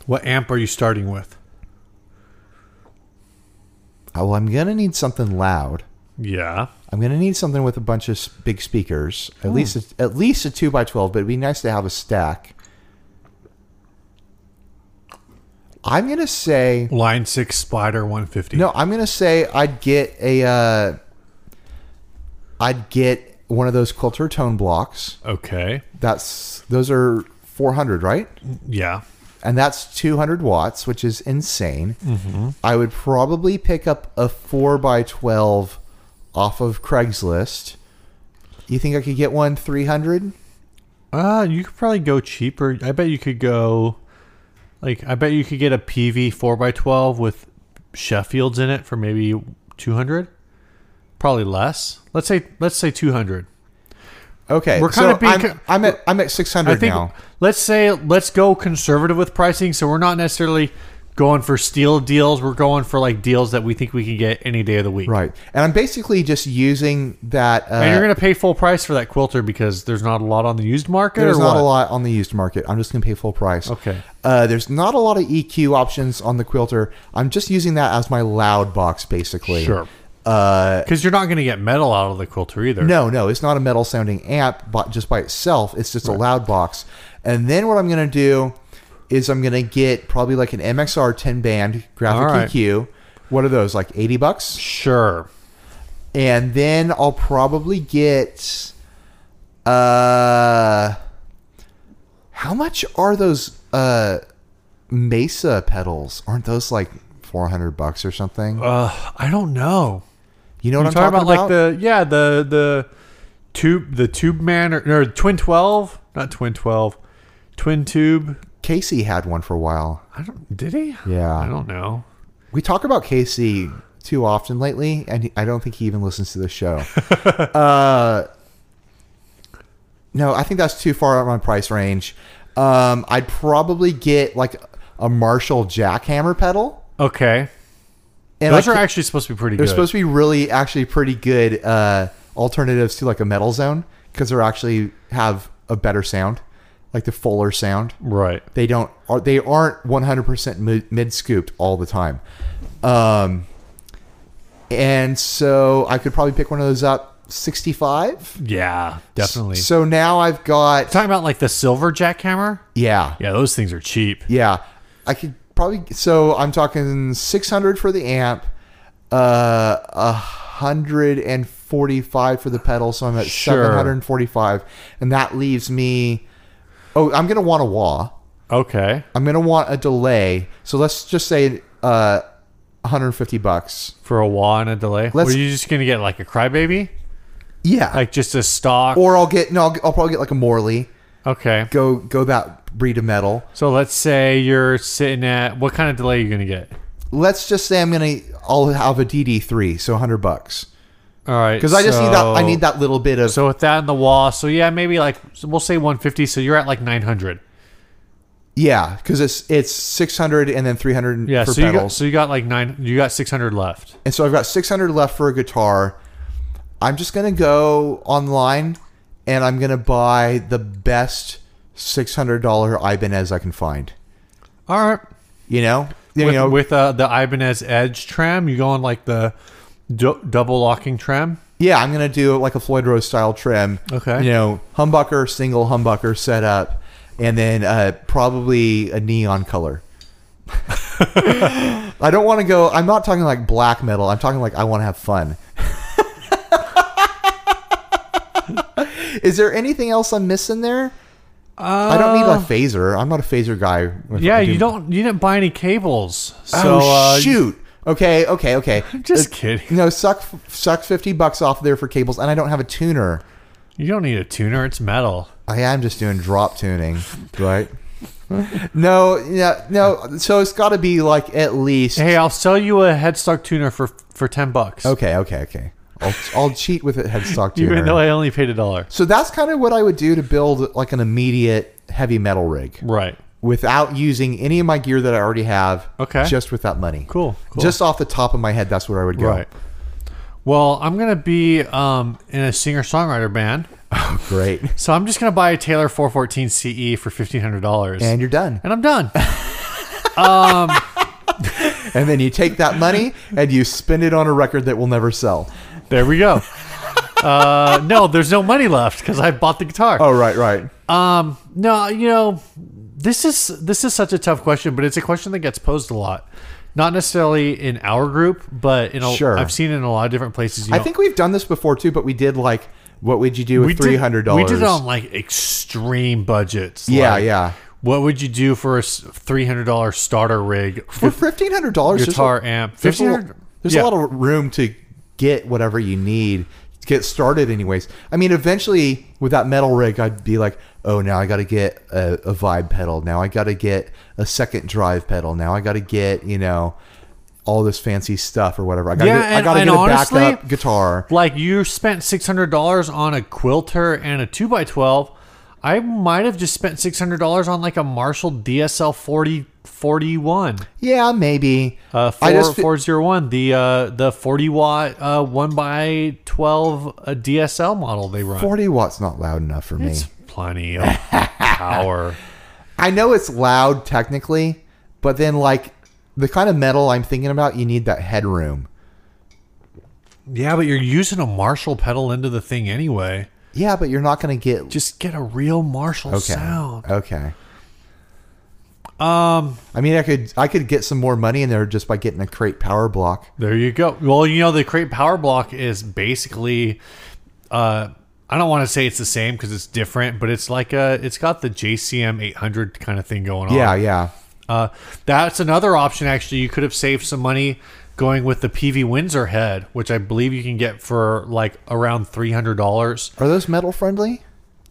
What amp are you starting with?
Oh, well, I'm gonna need something loud.
Yeah.
I'm gonna need something with a bunch of s- big speakers. At least a, at least a two by twelve, but it'd be nice to have a stack. I'm gonna say
Line 6 Spider 150.
No, I'm gonna say I'd get a, uh, I'd get one of those quilter tone blocks.
Okay.
That's those are 400, right?
Yeah.
And that's 200 watts, which is insane.
Mm-hmm.
I would probably pick up a four x 12 off of Craigslist. You think I could get one 300?
Uh, you could probably go cheaper. I bet you could go like I bet you could get a PV 4x12 with Sheffields in it for maybe 200. Probably less. Let's say let's say 200.
Okay,
We're kinda
so
being
I'm,
co-
I'm at I'm at 600
I think
now.
let's say let's go conservative with pricing so we're not necessarily going for steel deals. We're going for like deals that we think we can get any day of the week.
Right, and I'm basically just using that. Uh,
And you're going to pay full price for that quilter because there's not a lot on the used market
There's
or
not
what?
a lot on the used market. I'm just going to pay full price.
Okay.
Uh, there's not a lot of EQ options on the quilter. I'm just using that as my loud box, basically.
Sure.
Uh,
Cuz you're not going to get metal out of the quilter either.
no, no, it's not a metal sounding amp, but just by itself, it's just a loud box. And then what I'm going to do is I'm going to get probably like an MXR 10 band graphic
All right.
EQ. What are those? Like 80 bucks?
Sure.
and then I'll probably get uh how much are those uh Mesa pedals? Aren't those like 400 bucks or something?
Uh, I don't know.
You know what
I'm
I'm
talking about,
about?
like the yeah the the Tube, the Tube Man, or, or Twin 12, not Twin 12, Twin Tube.
Casey had one for a while.
I don't, did he?
Yeah.
I don't know.
We talk about Casey too often lately, and he- I don't think he even listens to the show. uh, no, I think that's too far out of my price range. Um, I'd probably get like a Marshall jackhammer pedal.
Okay.
And
Those
I
are
ca-
actually supposed to be pretty
they're
good.
supposed to be really actually pretty good uh, alternatives to like a metal zone because they're actually have a better sound, like the fuller sound.
right.
They don't are they aren't 100% mid scooped all the time. Um and so I could probably pick one of those up 65.
Yeah, definitely.
So now I've got
Talking about like the silver jackhammer.
yeah.
Yeah, those things are cheap.
Yeah. I could probably so I'm talking 600 for the amp, uh 145 for the pedal, so I'm at
Sure.
745 and that leaves me Oh, I'm going to want a wah.
Okay.
I'm gonna want a delay. So let's just say uh, 150 bucks.
For a wah and a delay.
Let's-
Were you just going to get like a crybaby?
Yeah.
Like just a stock?
or I'll get no. I'll, I'll probably get like a Morley.
okay.
Go go that breed of metal.
So let's say you're sitting at what kind of delay are you going to get?
Let's just say I'm gonna. I'll have a DD3, so 100 bucks.
All right.
Because I just need that. I need that little bit of.
So with that and the wall, so yeah, maybe like so we'll say 150. So you're at like 900.
yeah, because it's it's 600 and then 300
Yeah.
for
so you got
pedals.
so you got like nine. You got 600 left.
and so I've got 600 left for a guitar. I'm just gonna go online and I'm gonna buy the best $600 Ibanez I can find.
All right.
You know. You
with,
know,
with uh, the Ibanez Edge tram, you go on like the du- double locking tram.
Yeah, I'm gonna do like a Floyd Rose style trim.
Okay.
You know, humbucker, single humbucker setup, and then uh, probably a neon color. I don't want to go. I'm not talking like black metal. I'm talking like I want to have fun. Is there anything else I'm missing there? I don't need a phaser. I'm not a phaser guy.
Uh, Yeah,
I
you don't. You didn't buy any cables. So,
Oh
uh,
shoot. Okay, okay, okay.
Just
Uh,
kidding.
No, suck suck 50 bucks off there for cables and I don't have a tuner.
You don't need a tuner. It's metal.
I am just doing drop tuning, right? no, yeah, no. So it's got to be like at least.
Hey, I'll sell you a headstock tuner for for ten bucks.
Okay, okay, okay. I'll, I'll cheat with a headstock
Even
tuner.
though I only paid a dollar.
So that's kind of what I would do to build like an immediate heavy metal rig
Right.
without using any of my gear that I already have.
Okay.
Just with that money.
Cool, cool.
Just off the top of my head, that's where I would go.
Right. Well, I'm gonna be um, in a singer songwriter band,
Great.
so I'm just gonna buy a Taylor 414 CE E for fifteen hundred dollars,
And you're done.
and I'm done.
And then you take that money and you spend it on a record that will never sell.
There we go. uh, no, there's no money left because I bought the guitar.
Oh, right, right.
Um, no, you know, this is this is such a tough question, but it's a question that gets posed a lot. Not necessarily in our group, but in a,
Sure.
I've seen it in a lot of different places. You
I
know,
think we've done this before too, but we did like what would you do with
did-
three hundred dollars?
We did it on like extreme budgets.
Yeah,
like,
yeah.
What would you do for a three hundred dollar starter rig,
for fifteen hundred dollars.
guitar amp?
There's, a, lo-
$1,500
there's
yeah.
a lot of room to get whatever you need to get started. Anyways, I mean, eventually with that metal rig, I'd be like, oh, now I got to get a, a vibe pedal. Now I got to get a second drive pedal. Now I got to get you know all this fancy stuff or whatever. I got
Yeah,
I
and-
got to
and
get a
honestly,
backup guitar.
like you spent six hundred dollars on a quilter and a two by twelve. I might have just spent six hundred dollars on like a Marshall DSL forty forty one.
Yeah, maybe.
Uh
I
four
just fe-
four zero one. The uh the forty watt uh one by twelve uh, DSL model they run.
Forty watts not loud enough for me.
It's plenty of power.
I know it's loud technically, but then like the kind of metal I'm thinking about, you need that headroom.
Yeah, but you're using a Marshall pedal into the thing anyway.
Yeah, but you're not going to get
Just get a real Marshall
okay.
sound.
Okay.
Um,
I mean, I could I could get some more money in there just by getting a crate power block.
There you go. Well, you know, the crate power block is basically uh I don't want to say it's the same because it's different, but it's like a it's got the JCM 800
Oh.
kind of thing going on.
Yeah, yeah.
Uh that's another option actually. You could have saved some money going with the PV Windsor head, which I believe you can get for like around three hundred dollars.
Are those metal friendly?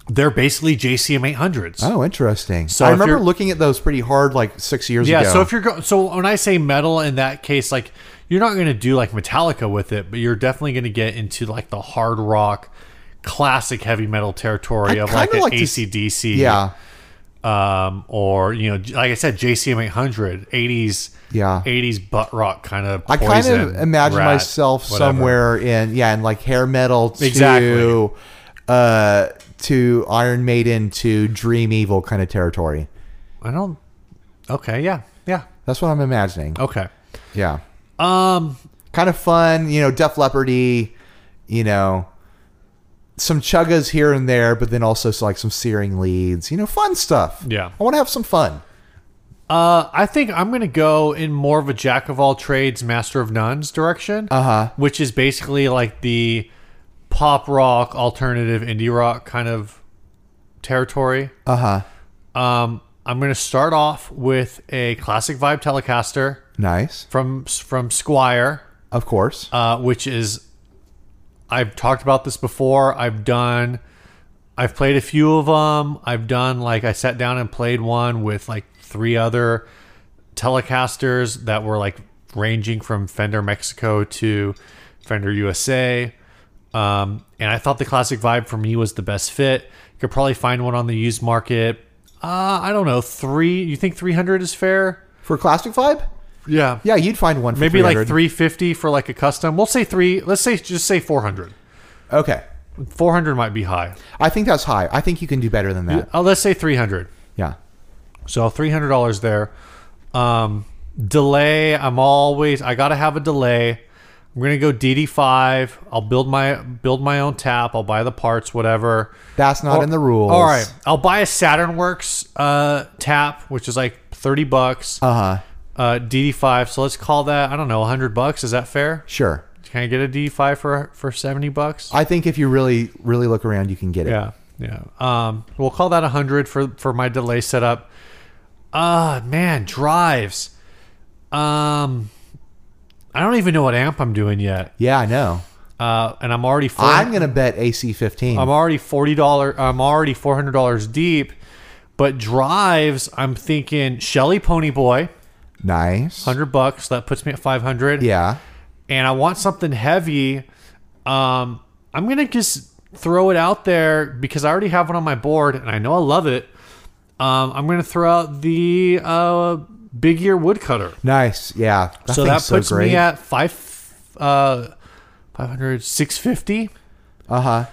They're basically JCM 800s.
Oh, interesting.
So
I
if
remember
you're-
looking at those pretty hard like six years
Yeah,
ago.
so if you're go- so when I say metal in that case, like you're not going to do like Metallica with it, but you're definitely going to get into like the hard rock, classic heavy metal territory
I
of like
kinda
an
like to s-
ACDC,
yeah,
um, or you know, j- like I said, JCM 800, 80s,
Yeah.
80s butt rock kind of.
I kind of
poison,
imagine
rat,
myself
whatever.
somewhere in yeah, in like hair metal to
Exactly.
uh, to Iron Maiden to Dream Evil kind of territory.
I don't. Okay, yeah, yeah,
That's what I'm imagining.
okay.
Yeah,
Um,
kind of fun, you know, Def Leppardy, you know, some chuggas here and there, but then also so, like some searing leads, you know, fun stuff.
Yeah.
I want to have some fun.
Uh, I think I'm gonna go in more of a jack of all trades, master of none's direction. Uh huh. Which is basically like the pop rock, alternative indie rock kind of territory. Uh huh. Um, I'm gonna start off with a classic vibe Telecaster
Nice,
from from Squire,
of course.
uh, which is I've talked about this before. I've done. I've played a few of them. I've done like I sat down and played one with like three other Telecasters that were like ranging from Fender Mexico to Fender USA. Um, and I thought the classic vibe for me was the best fit. You could probably find one on the used market. Uh, I don't know three. You think three hundred is fair?
For classic vibe,
Yeah,
yeah, you'd find one. For
maybe like
300.
350 for like a custom we'll say three let's say just say 400
Okay,
400 might be high
I think that's high. I think you can do better than that.
oh, let's say 300
Yeah.
so $300 there um delay i'm always i gotta have a delay i'm gonna go dd5 i'll build my build my own tap i'll buy the parts whatever
That's not in the rules.
all right i'll buy a saturnworks uh tap which is like 30 bucks uh
Uh huh.
dd5 so let's call that i don't know 100 bucks is that fair
Sure.
can i get a dd5 for for 70 bucks
I think if you really, really look around, you can get it.
Yeah, yeah. Um, we'll call that hundred for for my delay setup. Ah, man, drives. Um, I don't even know what amp I'm doing yet.
Yeah, I know.
Uh, and I'm already 40
I'm gonna bet AC fifteen.
I'm already forty dollar. I'm already four hundred dollars deep. But drives, I'm thinking Shelly Pony Boy,
nice.
hundred bucks. That puts me at five hundred.
Yeah.
and I want something heavy, um, I'm gonna just throw it out there because I already have one on my board and I know I love it. Um, I'm gonna throw out the uh, Big Ear Woodcutter.
Nice. Yeah. That
so
thing's
that puts
great.
me at five, uh, 500, 650.
Uh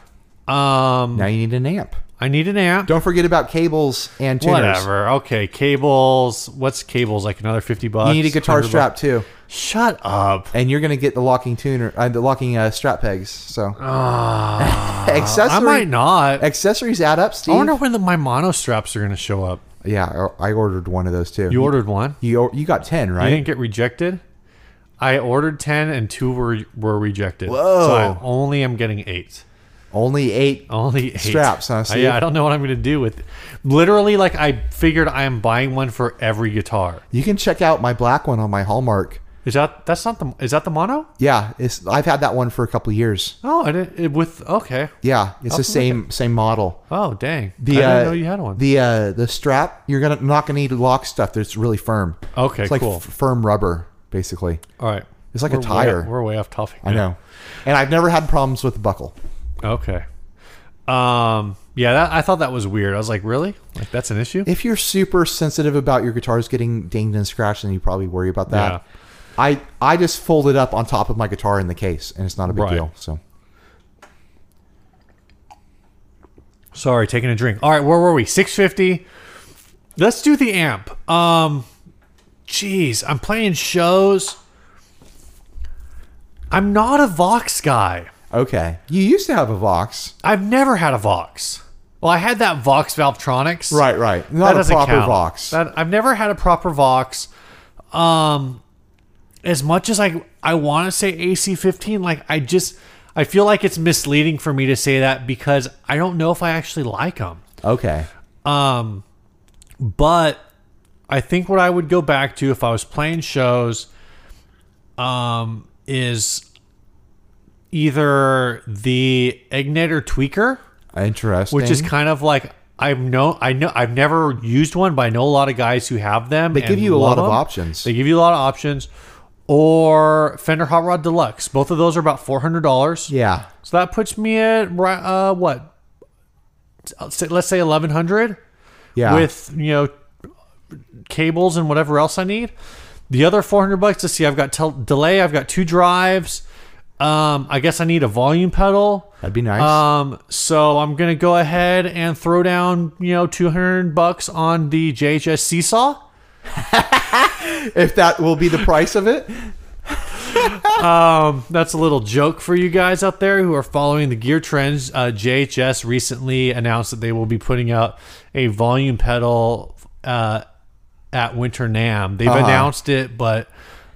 huh.
Um,
Now you need an amp.
I need an amp.
Don't forget about cables and tuners.
Whatever. Okay, cables. What's cables? Like another fifty bucks.
You need a guitar
100
strap
bucks?
too,
Shut up.
and you're gonna get the locking tuner, uh, the locking uh, strap pegs. So accessory
Ah. I might not.
accessories add up, Steve.
I wonder when the, my mono straps are going to show up.
yeah, I I ordered one of those too.
You ordered one.
You you got ten,
I
right?
didn't get rejected. I ordered ten, and two were were rejected.
Whoa.
So I only am getting eight.
Only eight.
Only eight
Straps, huh,
I,
Steve?
yeah, I don't know what I'm going to do with. Literally, like I figured, I am buying one for every guitar.
You can check out my black one on my Hallmark.
Is that that's not the is that the mono?
Yeah, it's I've had that one for a couple of years.
Oh, I didn't, it, with okay.
Yeah, it's the same same model.
Oh, dang.
The,
I didn't
uh,
know you had one.
The uh, the strap you're gonna not gonna need to lock stuff that's really firm.
Okay,
it's like
cool.
f- firm rubber basically.
All right.
It's like a
We're way-
tire.
we're way off topic.
I know, and I've never had problems with the buckle.
Okay. Um. Yeah. That, I thought that was weird. I was like, really? Like that's an issue?
If you're super sensitive about your guitars getting dinged and scratched, then you probably worry about that.
Yeah.
I I just fold it up on top of my guitar in the case, and it's not a big
Right.
deal. So
Sorry, taking a drink. All right, where were we? 650. Let's do the amp. Um jeez, I'm playing shows. I'm not a Vox guy.
okay, you used to have a Vox,
I've never had a Vox. Well, I had that Vox Valvetronics.
right? Right,
That
not a
doesn't
proper
count.
Vox.
That, I've never had a proper Vox. Um as much as I I want to say AC15, like I just I feel like it's misleading for me to say that because I don't know if I actually like them.
okay,
Um, but I think what I would go back to if I was playing shows, um, is either the Igniter tweaker,
Interesting.
which is kind of like I've no I know I've never used one, but I know a lot of guys who have them.
They give
and
you a lot
love
of
them.
options.
They give you a lot of options. Or Fender Hot Rod Deluxe. Both of those are about four hundred dollars.
yeah.
So that puts me at ri- uh, what? Say- Let's say eleven hundred
Yeah.
with you know cables and whatever else I need. The other four hundred bucks to see I've got tel- delay. I've got two drives. Um, I guess I need a volume pedal.
That'd be nice.
Um, so I'm gonna go ahead and throw down you know two hundred bucks on the JHS Seesaw.
if that will be the price of it.
That's a little joke for you guys out there who are following the gear trends. Uh, JHS recently announced that they will be putting out a volume pedal uh, at Winter NAM.
Uh-huh.
They've announced it, but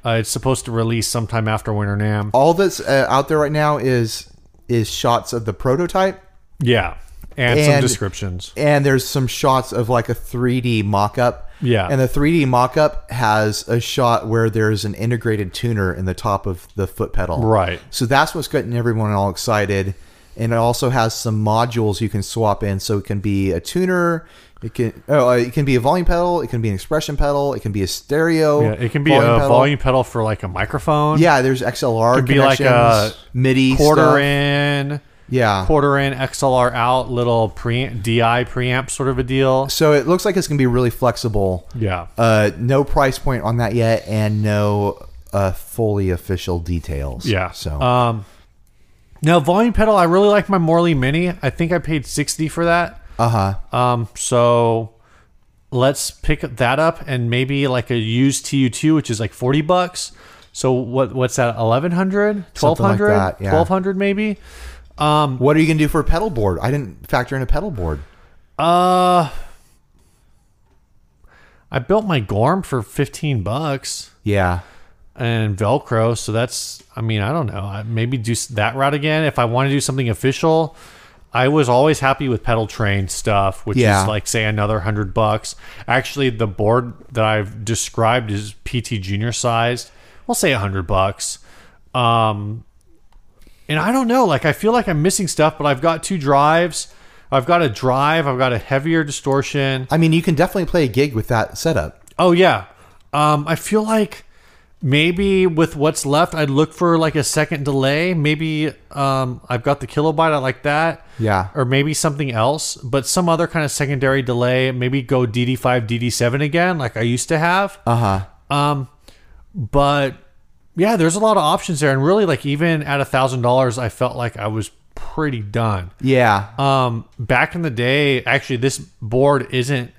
uh, it's supposed to release sometime after Winter NAM.
All that's uh, out there right now is is shots of the prototype
Yeah, and, some
And-
descriptions.
and there's some shots of like a 3D mock-up.
Yeah.
And the 3D mock-up has a shot where there's an integrated tuner in the top of the foot pedal.
Right.
So that's what's getting everyone all excited. And it also has some modules you can swap in, so it can be a tuner. It can oh, uh, it can be a volume pedal. It can be an expression pedal. It can be a stereo.
Yeah, it can be a
pedal.
volume pedal for like a microphone.
Yeah, there's XLR.
Could be like
connections,
a
MIDI
quarter
stuff.
in,
Yeah.
quarter in XLR out, little pre DI preamp sort of a deal.
So it looks like it's gonna be really flexible.
Yeah.
Uh, no price point on that yet, and no uh, fully official details.
Yeah.
So
um, now volume pedal, I really like my Morley Mini. I think I paid sixty for that.
uh huh.
Um, so let's pick that up and maybe like a used TU2, which is like forty bucks. So what what's that? 1100 1200
that, yeah.
1200 maybe.
What are you gonna do for a pedal board? I didn't factor in a pedal board.
Uh, I built my Gorm for fifteen bucks
Yeah.
and Velcro. So that's, I mean, I don't know. I maybe do s- that route again. If I want to do something official, I was always happy with pedal train stuff, which
Yeah.
is like, say, another hundred bucks. Actually, the board that I've described is PT Junior sized. We'll say a hundred bucks. Um, and I don't know. Like, I feel like I'm missing stuff, but I've got two drives. I've got a drive. I've got a heavier distortion.
I mean, you can definitely play a gig with that setup.
Oh yeah. Um, I feel like maybe with what's left, I'd look for like a second delay. Maybe um, I've got the kilobyte. I like that.
Yeah.
Or maybe something else, but some other kind of secondary delay. Maybe go DD5, DD7 again, like I used to have. Um,
Uh huh.
But yeah, there's a lot of options there, and really, like even at a thousand dollars, I felt like I was pretty done.
Yeah.
Um, back in the day, actually, this board isn't.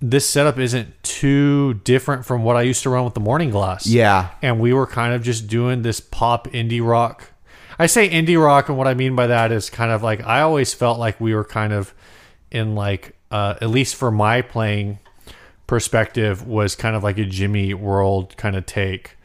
This setup isn't too different from what I used to run with the Morning Glass.
yeah.
and we were kind of just doing this pop indie rock. I say indie rock, and what I mean by that is kind of like I always felt like we were kind of in like uh, at least for my playing perspective was kind of like a Jimmy World kind of take.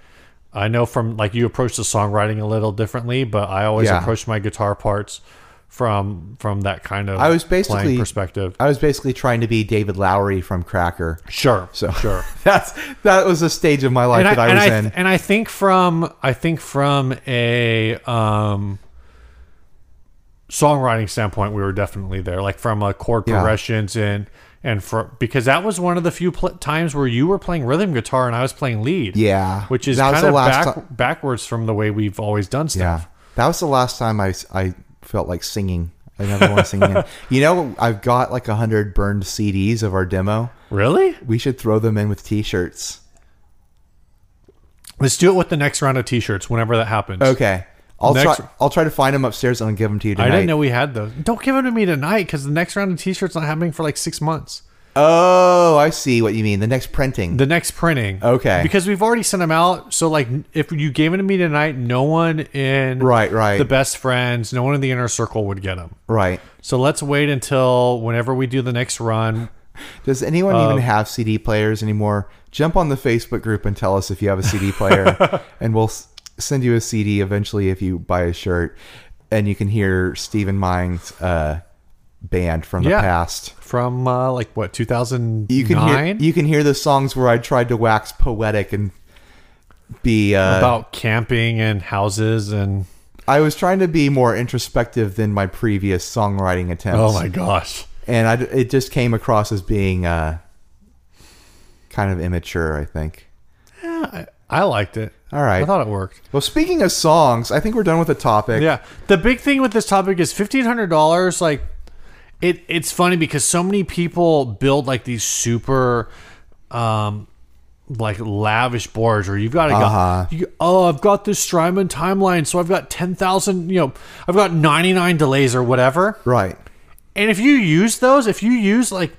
I know from like you approach the songwriting a little differently, but I always
Yeah.
approach my guitar parts from from that kind of
I was
playing
basically-
perspective.
I was basically trying to be David Lowry from Cracker.
Sure,
So
sure.
that's that was a stage of my life that I,
and
was
I,
in.
And I think from I think from a um, songwriting standpoint, we were definitely there. Like from a chord
Yeah.
progressions and and for because that was one of the few pl- times where you were playing rhythm guitar and I was playing lead.
Yeah.
which is
That was
kind of
the last
back,
ti-
backwards from the way we've always done
Yeah,
stuff.
that was the last time I, I felt like singing. I never want to sing again. You know, I've got like a hundred burned CDs of our demo.
Really?
We should throw them in with T-shirts.
Let's do it with the next round of T-shirts whenever that happens.
Okay, I'll
Next-
try. I'll try to find them upstairs and I'll give them to you
I
tonight.
didn't know we had those. Don't give them to me tonight because the next round of T-shirts not happening for like six months.
Oh, I see what you mean. The next printing.
The next printing.
Okay.
Because we've already sent them out. So, like, if you gave it to me tonight, no one in
Right, right.
the best friends, no one in the inner circle would get them.
right.
So let's wait until whenever we do the next run.
Does anyone
Um,
even have CD players anymore? Jump on the Facebook group and tell us if you have a CD player, and we'll s- send you a CD eventually if you buy a shirt, and you can hear Stephen Mine's uh, band from the
Yeah.
past.
From uh, like what 2009?
You can hear you can hear the songs where I tried to wax poetic and be uh,
about camping and houses and
I was trying to be more introspective than my previous songwriting attempts.
oh my gosh.
And I, it just came across as being uh, kind of immature, I think.
I, I liked it.
All right.
I thought it worked.
Well, speaking of songs, I think we're done with the topic.
Yeah. The big thing with this topic is fifteen hundred dollars. Like, it it's funny because so many people build like these super, um, like lavish boards where you've got to
Uh-huh.
go. You, oh, I've got this Strymon timeline, so I've got ten thousand. You know, I've got ninety nine delays or whatever.
Right.
And if you use those, if you use like,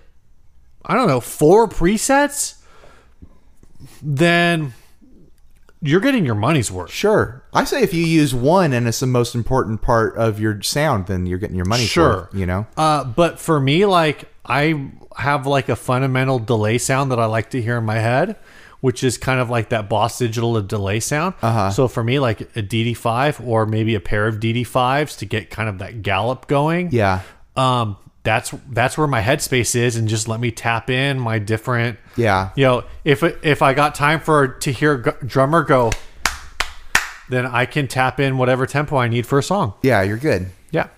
I don't know, four presets, then you're getting your money's worth.
Sure. I say if you use one and it's the most important part of your sound, then you're getting your money.
Sure.
you know.
Uh, but for me, like I have like a fundamental delay sound that I like to hear in my head, which is kind of like that Boss Digital delay sound. Uh-huh. So for me, like a DD5 or maybe a pair of DD5s to get kind of that gallop going.
Yeah.
Um, that's that's where my headspace is, and just let me tap in my different.
Yeah.
You know, if if I got time for to hear g- drummer go, then I can tap in whatever tempo I need for a song.
Yeah. You're good.
Yeah.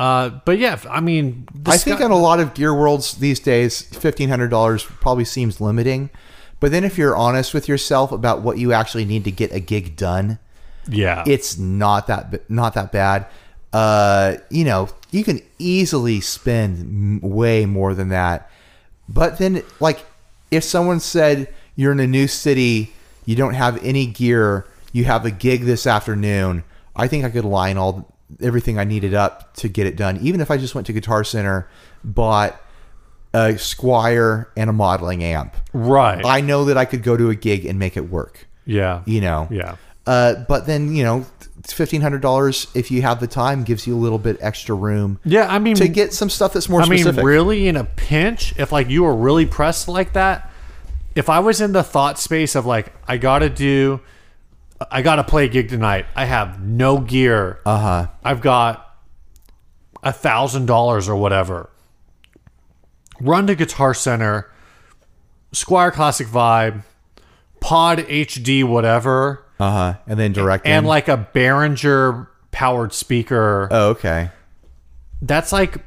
Uh, but yeah, I mean, the
I think
sky-
on a lot of gear worlds these days, fifteen hundred dollars probably seems limiting. But then if you're honest with yourself about what you actually need to get a gig done,
yeah,
it's not that b- not that bad. Uh, you know, you can easily spend m- way more than that. But then, like, if someone said you're in a new city, you don't have any gear, you have a gig this afternoon, I think I could line all everything I needed up to get it done. Even if I just went to Guitar Center, bought a Squire and a modeling amp,
right.
I know that I could go to a gig and make it work.
yeah,
You know,
yeah,
uh, but then you know, fifteen hundred dollars if you have the time gives you a little bit extra room
yeah. I mean,
to get some stuff that's more
Mm. I mean,
specific.
really, in a pinch, if like you were really pressed like that, if I was in the thought space of like, I gotta do, I gotta play a gig tonight. I have no gear. Uh
Uh-huh.
huh. I've got a thousand dollars or whatever. Run to Guitar Center, Squire Classic Vibe, Pod HD, whatever.
uh huh. And then direct
and
in.
like a Behringer powered speaker.
oh, okay.
That's like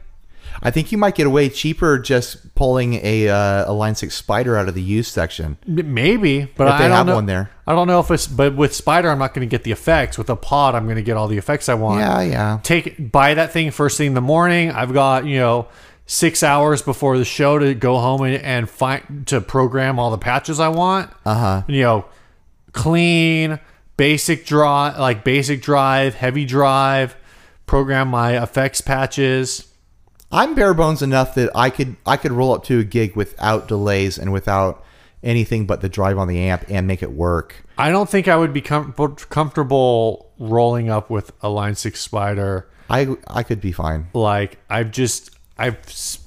I think you might get away cheaper just pulling a uh, a line six spider out of the used section.
m- maybe, but
If they
I don't
have
know.
one there.
I don't know if it's but with Spider, I'm not going to get the effects. With a pod, I'm going to get all the effects I want.
Yeah, yeah.
Take buy that thing first thing in the morning. I've got you know six hours before the show to go home and, and find to program all the patches I want. Uh
Uh-huh.
huh. You know, clean basic draw like basic drive, heavy drive. Program my effects patches.
I'm bare bones enough that I could I could roll up to a gig without delays and without anything but the drive on the amp and make it work.
I don't think I would be com- comfortable rolling up with a line six spider.
I I could be fine.
Like I've just I've s-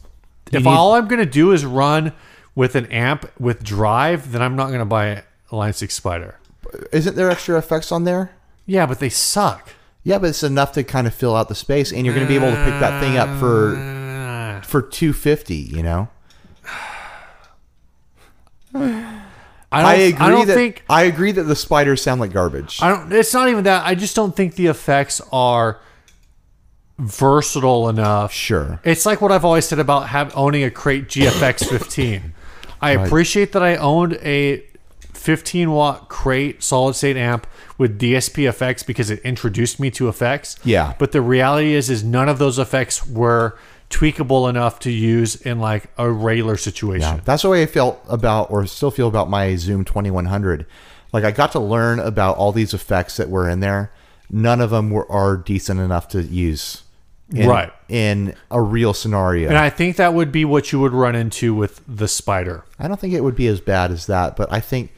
if
need-
all I'm gonna do is run with an amp with drive, then I'm not gonna buy a line six spider.
Isn't there extra effects on there?
Yeah, but they suck.
Yeah, but it's enough to kind of fill out the space, and you're going to be able to pick that thing up for
Ah.
for two fifty. You know,
I don't,
I agree
I don't
that
think
I agree that the spiders sound like garbage.
I don't. It's not even that. I just don't think the effects are versatile enough.
Sure.
It's like what I've always said about have, owning a crate GFX 15. I appreciate that I owned a 15 watt crate solid state amp with DSP effects because it introduced me to effects.
Yeah.
But the reality is, is none of those effects were tweakable enough to use in like a regular situation.
That's the way I felt about, or still feel about my Zoom 2100. Like I got to learn about all these effects that were in there. None of them were are decent enough to use, in,
Right.
In a real scenario,
And I think that would be what you would run into with the spider.
I don't think it would be as bad as that, but I think.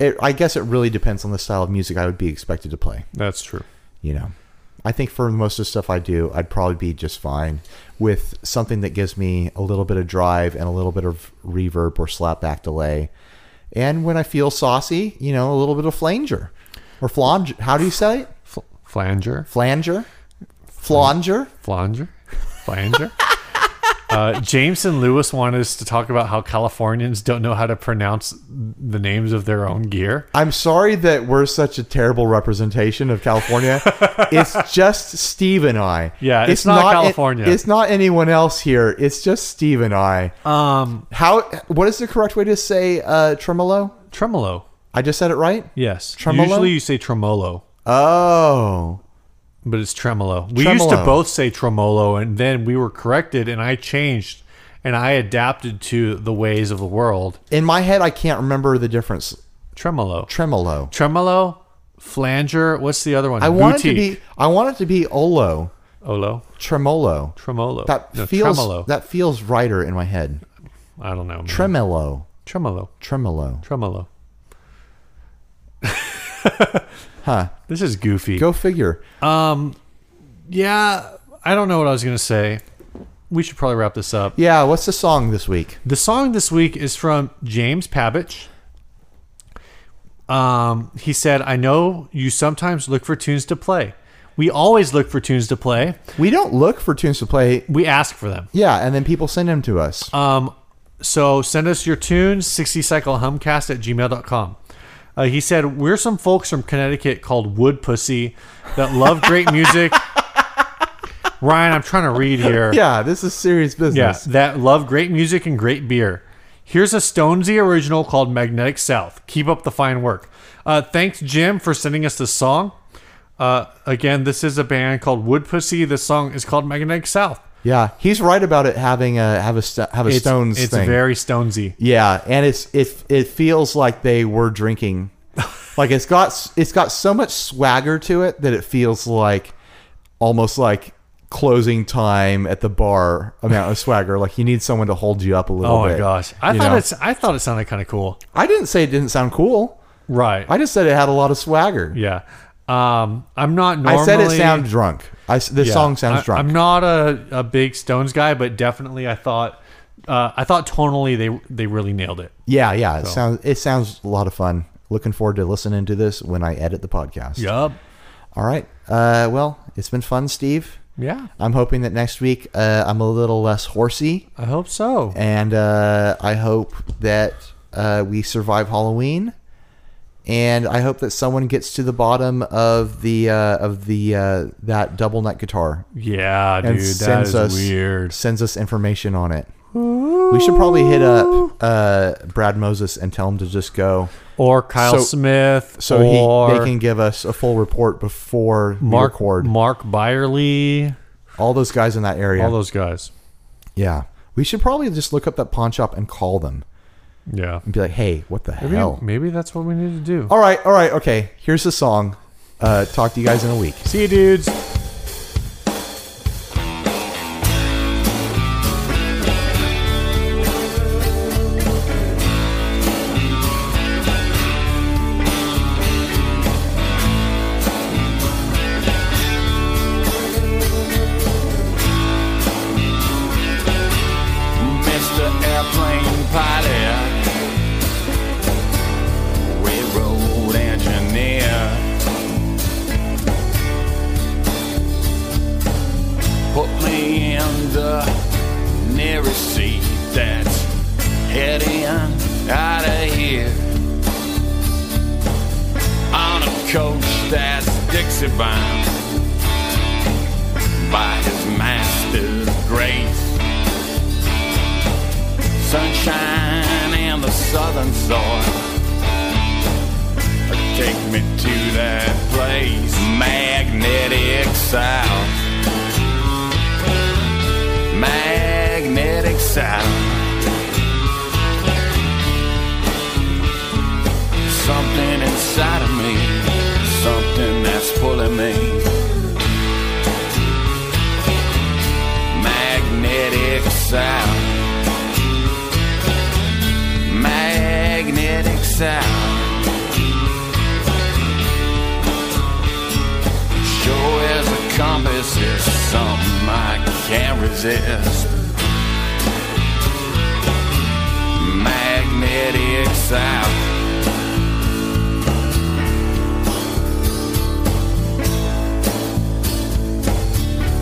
It, I guess it really depends on the style of music I would be expected to play.
That's true.
you know i think for most of the stuff i do i'd probably be just fine with something that gives me a little bit of drive and a little bit of reverb or slapback delay and when i feel saucy you know a little bit of flanger or flange how do you say it
Fl- flanger.
flanger flanger
Flanger? Flanger? Uh, James and Lewis want us to talk about how Californians don't know how to pronounce the names of their own gear.
I'm sorry that we're such a terrible representation of California. it's just Steve and I.
Yeah, it's not California.
it's not anyone else here. It's just Steve and I.
Um,
How? What is the correct way to say uh, tremolo?
tremolo.
I just said it right.
Yes.
Tremolo?
Usually you say tremolo,
Oh,
but it's tremolo. We used to
Tremolo.
both say tremolo, and then we were corrected, and I changed, and I adapted to the ways of the world.
in my head, I can't remember the difference.
Tremolo.
Tremolo.
Tremolo, flanger. What's the other one?
I want it to
Boutique.
be. I want it to be Olo.
Olo.
Tremolo.
Tremolo.
That
No,
feels.
tremolo.
That feels righter in my head.
I don't know. man.
Tremolo.
tremolo.
Tremolo.
Tremolo.
Huh.
This is goofy.
Go figure.
Yeah, I don't know what I was going to say. We should probably wrap this up.
Yeah. What's the song this week?
The song this week is from James Pabich. Um, he said, I know you sometimes look for tunes to play. We always look for tunes to play.
We don't look for tunes to play.
We ask for them.
Yeah, and then people send them to us.
Um, so send us your tunes, 60cyclehumcast at gmail.com. Uh, he said, We're some folks from Connecticut called Wood Pussy that love great music. Ryan, I'm trying to read here.
yeah, this is serious
Yeah,
business.
that love great music and great beer. Here's a Stonesy original called Magnetic South. Keep up the fine work. Uh, thanks, Jim, for sending us this song. Uh, again, this is a band called Wood Pussy. This song is called Magnetic South.
Yeah, he's right about it having a have a st- have a
It's,
Stones
It's
thing.
very Stonesy.
yeah, and it's it it feels like they were drinking. like it's got s- it's got so much swagger to it that it feels like almost like closing time at the bar amount of swagger. Like you need someone to hold you up a little
Oh
bit.
my gosh, I
you
thought
know?
it's I thought it sounded kind of cool.
I didn't say it didn't sound cool.
Right.
I just said it had a lot of swagger.
yeah. Um, I'm not normally.
I said it sounded drunk. I s this
Yeah.
song sounds
I-
drunk.
I'm not a, a big Stones guy, but definitely I thought uh, I thought tonally they they really nailed it.
Yeah, yeah. It sounds it sounds a lot of fun. Looking forward to listening to this when I edit the podcast.
Yup.
All right. Uh, well, it's been fun, Steve.
Yeah.
I'm hoping that next week uh, I'm a little less horsey,
I hope so.
and uh, I hope that uh, we survive Halloween, and I hope that someone gets to the bottom of the uh, of the uh, that double neck guitar
Yeah,
and
dude, that
sends
is
us
weird.
sends us information on it. We should probably hit up uh, Brad Moses and tell him to just go.
Or Kyle
So-
Smith.
so
or
he, they can give us a full report before
Mark
Mark, we record.
Mark Byerly.
All those guys in that area.
All those guys.
yeah, we should probably just look up that pawn shop and call them
Yeah.
and be like, "Hey, what the
Maybe,
hell?"
maybe that's what we need to do.
All right, all right, okay. Here's the song. Uh, talk to you guys in a week.
See you, dudes.
Mr. Airplane Pilot, Railroad Engineer. Put me in the nearest seat that's heading out of here. On a coach that's Dixie bound by his master's grace sunshine and the southern soil. Take me to that place, magnetic south. Magnetic south. Something inside of me, something that's pulling me. Magnetic south magnetic sound. Sure as a compass is something I can't resist. Magnetic sound.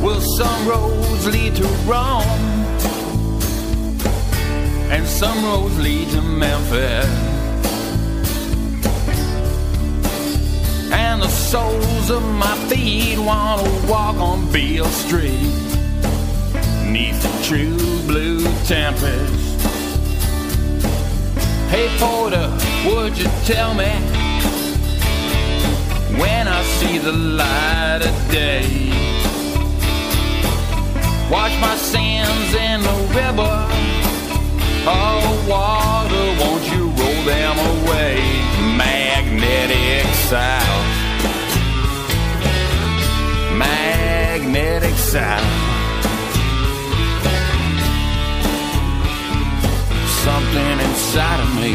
Well, some roads lead to Rome. and some roads lead to Memphis. And the soles of my feet wanna walk on Beale Street, neath the true blue tempest. Hey Porter, would you tell me when I see the light of day? Wash my sins in the river. Oh, water, won't you roll them away? Magnetic south. Magnetic south. Something inside of me,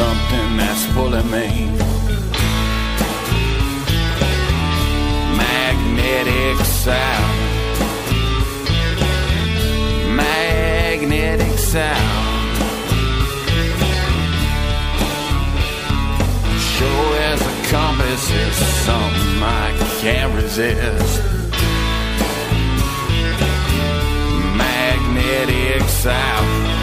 something that's pulling me. Magnetic south magnetic sound. Sure as a compass is something I can't resist. Magnetic sound.